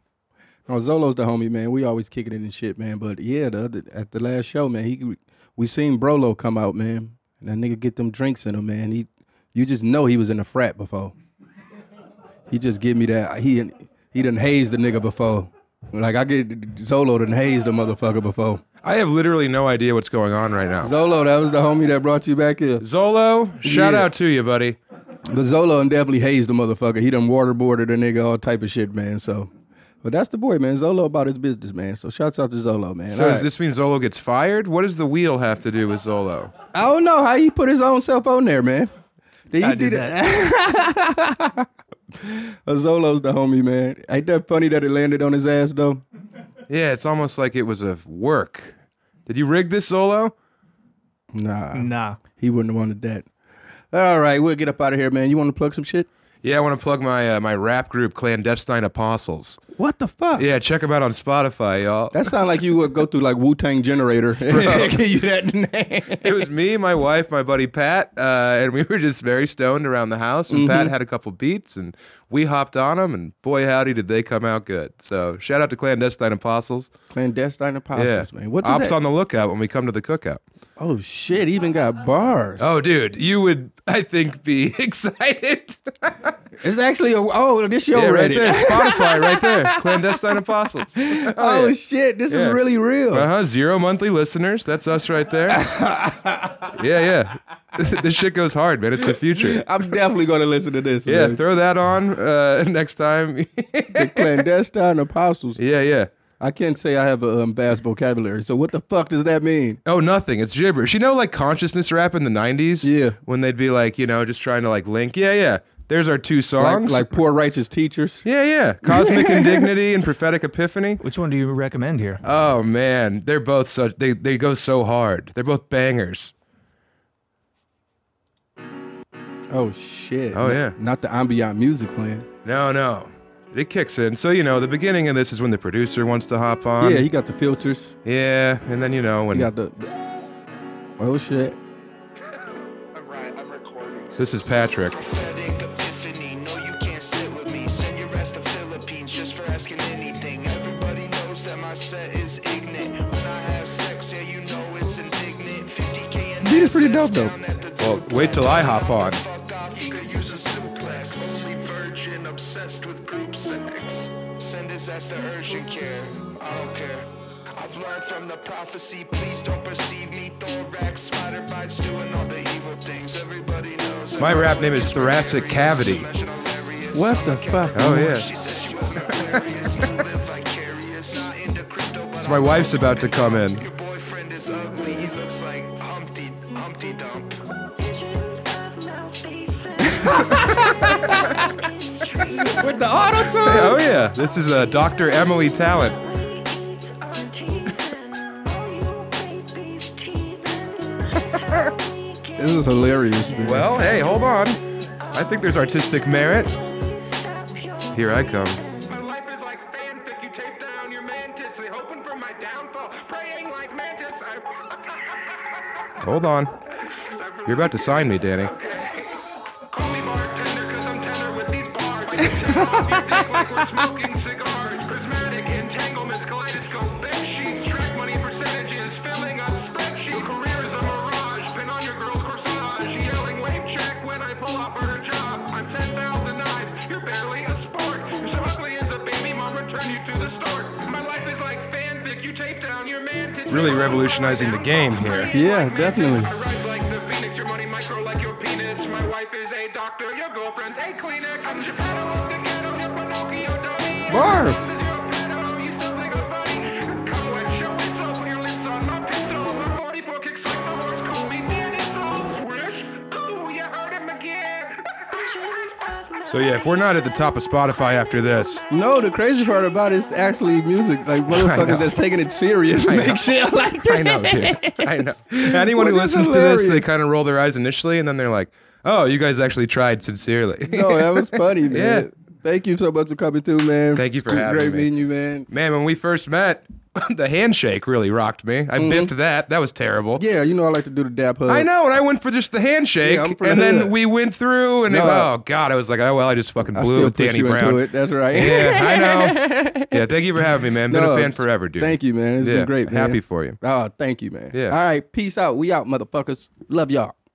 Speaker 2: No, Zolo's the homie, man. We always kicking it and shit, man. But yeah, the other, at the last show, man, he we seen Brolo come out, man. And that nigga get them drinks in him, man. He, you just know he was in a frat before. He just give me that. He he done hazed the nigga before. Like I get Zolo done hazed the motherfucker before.
Speaker 3: I have literally no idea what's going on right now.
Speaker 2: Zolo, that was the homie that brought you back here.
Speaker 3: Zolo, shout
Speaker 2: Yeah.
Speaker 3: out to you, buddy.
Speaker 2: But Zolo done definitely hazed the motherfucker. He done waterboarded a nigga, all type of shit, man. So, but that's the boy, man. Zolo about his business, man. So shouts out to Zolo, man.
Speaker 3: So
Speaker 2: All
Speaker 3: does
Speaker 2: right.
Speaker 3: this mean Zolo gets fired? What does the wheel have to do with Zolo?
Speaker 2: I don't know how he put his own self on there, man. Did he
Speaker 5: I
Speaker 2: do
Speaker 5: did
Speaker 2: that?
Speaker 5: that.
Speaker 2: *laughs* Zolo's the homie, man. Ain't that funny that it landed on his ass though?
Speaker 3: Yeah, it's almost like it was a work. Did you rig this Zolo?
Speaker 2: Nah,
Speaker 5: nah.
Speaker 2: he wouldn't have wanted that. All right, we'll get up out of here, man. You want to plug some shit?
Speaker 3: Yeah, I want to plug my uh, my rap group, Clandestine Apostles.
Speaker 2: What the fuck?
Speaker 3: Yeah, check them out on
Speaker 2: *laughs*
Speaker 3: Spotify, y'all.
Speaker 2: That sound like you would go through like Wu Tang Generator. *laughs* Give you that *laughs* name.
Speaker 3: it was me, my wife, my buddy Pat, uh, and we were just very stoned around the house. And
Speaker 2: Mm-hmm.
Speaker 3: Pat had a couple beats, and we hopped on them. And boy, howdy, did they come out good! So shout out to Clandestine Apostles.
Speaker 2: Clandestine apostles,
Speaker 3: yeah,
Speaker 2: man. What does
Speaker 3: Ops
Speaker 2: that?
Speaker 3: on the lookout when we come to the cookout.
Speaker 2: oh shit, he even got bars.
Speaker 3: Oh, dude, you would, I think, be *laughs* excited.
Speaker 2: It's actually a oh, this show
Speaker 3: Yeah, right
Speaker 2: ready.
Speaker 3: there, Spotify, right there, clandestine apostles. Uh
Speaker 2: *laughs* oh shit, this
Speaker 3: Yeah.
Speaker 2: is really real.
Speaker 3: huh. Zero monthly listeners. That's us right
Speaker 2: *laughs*
Speaker 3: there. yeah, *laughs* yeah. this shit goes hard, man. It's the future.
Speaker 2: I'm definitely gonna listen to this.
Speaker 3: *laughs* Yeah,
Speaker 2: man.
Speaker 3: throw that on uh, *laughs* next time.
Speaker 2: the clandestine apostles.
Speaker 3: yeah, yeah.
Speaker 2: I can't say I have a um, vast vocabulary. So what the fuck does that mean?
Speaker 3: Oh, nothing. It's gibberish. You know, like consciousness rap in the '90s.
Speaker 2: Yeah.
Speaker 3: When they'd be like, you know, just trying to like link. Yeah, yeah. There's our two
Speaker 2: Like,
Speaker 3: songs.
Speaker 2: like poor righteous teachers.
Speaker 3: yeah, yeah.
Speaker 2: *laughs*
Speaker 3: Cosmic Indignity and Prophetic Epiphany.
Speaker 5: Which one do you recommend here?
Speaker 3: Oh man, they're both such. They they go so hard. They're both bangers.
Speaker 2: Oh shit.
Speaker 3: Oh,
Speaker 2: Not-
Speaker 3: yeah.
Speaker 2: Not the ambient music playing.
Speaker 3: No, no. It kicks in. So you know, the beginning of this is when the producer wants to hop on.
Speaker 2: yeah, he got the filters.
Speaker 3: Yeah, and then you know when
Speaker 2: He got the. Oh shit.
Speaker 6: Alright, I'm recording.
Speaker 3: this is Patrick.
Speaker 6: Prophetic epiphany. No, you can't sit with me. Send your ass to Philippines just for asking anything. Everybody knows that my set is ignorant. When I have sex, yeah, you know it's indignant. 50k in
Speaker 2: Dude, it's pretty dope,
Speaker 6: assets
Speaker 2: though.
Speaker 6: down at the
Speaker 3: Well, wait till I hop on.
Speaker 6: Fuck off, you could use a suplex. Only virgin, obsessed with group sex. Send his ass to urgent care. I don't care. I've learned from the prophecy, please don't perceive me. Thorax, spider bites, doing all the evil things. Everybody knows.
Speaker 3: My rap name is Thoracic Cavity.
Speaker 2: What the fuck?
Speaker 3: Oh yeah. *laughs*
Speaker 6: yeah.
Speaker 3: My wife's about to come in.
Speaker 6: Your boyfriend is ugly. He looks like Humpty Humpty Dump.
Speaker 3: With the auto tune. Oh yeah. This is uh, Dr. Emily Talent.
Speaker 2: This is hilarious, man.
Speaker 3: Well, hey, hold on. I think there's artistic merit. Here I come.
Speaker 7: My life is like fanfic. You tape down your mantids. They hoping for my downfall. Praying like mantis. I... *laughs*
Speaker 3: Hold on. You're about to sign me, Danny.
Speaker 7: Call me bartender because I'm tender with these bars. Like it's off your dick like we're smoking cigars. Prismatic entanglements, kaleidoscope, bed sheets. Track money percentages, filling up spreadsheets. Your career is a mirage. Pin on your girl's corsage. Yelling wave check when I pull off her job. I'm 10,000 knives. You're barely a spark. You're so ugly as a baby mom. Return you to the start. My life is like fanfic. You tape down your man. tits.
Speaker 3: Really revolutionizing the game here.
Speaker 2: Yeah, definitely.
Speaker 7: I rise like the phoenix, your money micro like your penis. My wife is a doctor, your girlfriend's a Kleenex. I'm Geppetto of the ghetto, your Pinocchio dummy.
Speaker 2: Bars.
Speaker 7: Is your pedo, you still think I'm funny? Come wet your whistle, put your lips on my pistol. My 44 kicks like the horse, call me Danny Soul. Swish, ooh, you heard him again.
Speaker 3: So yeah, if we're not at the top of Spotify after this,
Speaker 2: No, the crazy part about it is actually music. Like motherfuckers that's taking it
Speaker 3: *laughs*
Speaker 2: serious make shit like that.
Speaker 3: I
Speaker 2: *laughs*
Speaker 3: know, *laughs* dude. I know. Anyone who
Speaker 2: Well, this is
Speaker 3: listens to this, they
Speaker 2: hilarious.
Speaker 3: kind of roll their eyes initially, and then they're like, "Oh, you guys actually tried sincerely."
Speaker 2: No, that was funny, man.
Speaker 3: Yeah.
Speaker 2: Thank you so much for coming through, man.
Speaker 3: Thank you for
Speaker 2: Great
Speaker 3: having
Speaker 2: Great
Speaker 3: me.
Speaker 2: meeting you, man.
Speaker 3: Man, when we first met, *laughs* the handshake really rocked me. I biffed that. That was terrible.
Speaker 2: Mm-hmm. Yeah, you know I like to do the dap hug.
Speaker 3: I know, and I went for just the handshake,
Speaker 2: Yeah, I'm for
Speaker 3: and
Speaker 2: the
Speaker 3: then
Speaker 2: hood.
Speaker 3: we went through, and it-
Speaker 2: No.
Speaker 3: oh god, I was like, oh well, I just fucking
Speaker 2: I
Speaker 3: blew
Speaker 2: still
Speaker 3: with
Speaker 2: push
Speaker 3: Danny
Speaker 2: you
Speaker 3: Brown.
Speaker 2: into it. That's right.
Speaker 3: Yeah,
Speaker 2: *laughs*
Speaker 3: I know. Yeah, thank you for having me, man. Been
Speaker 2: No,
Speaker 3: a fan forever, dude.
Speaker 2: *laughs* Thank you, man. It's
Speaker 3: Yeah,
Speaker 2: been great. Man.
Speaker 3: Happy for you.
Speaker 2: Oh, thank you, man.
Speaker 3: Yeah.
Speaker 2: All right. Peace out. We out, motherfuckers. Love y'all.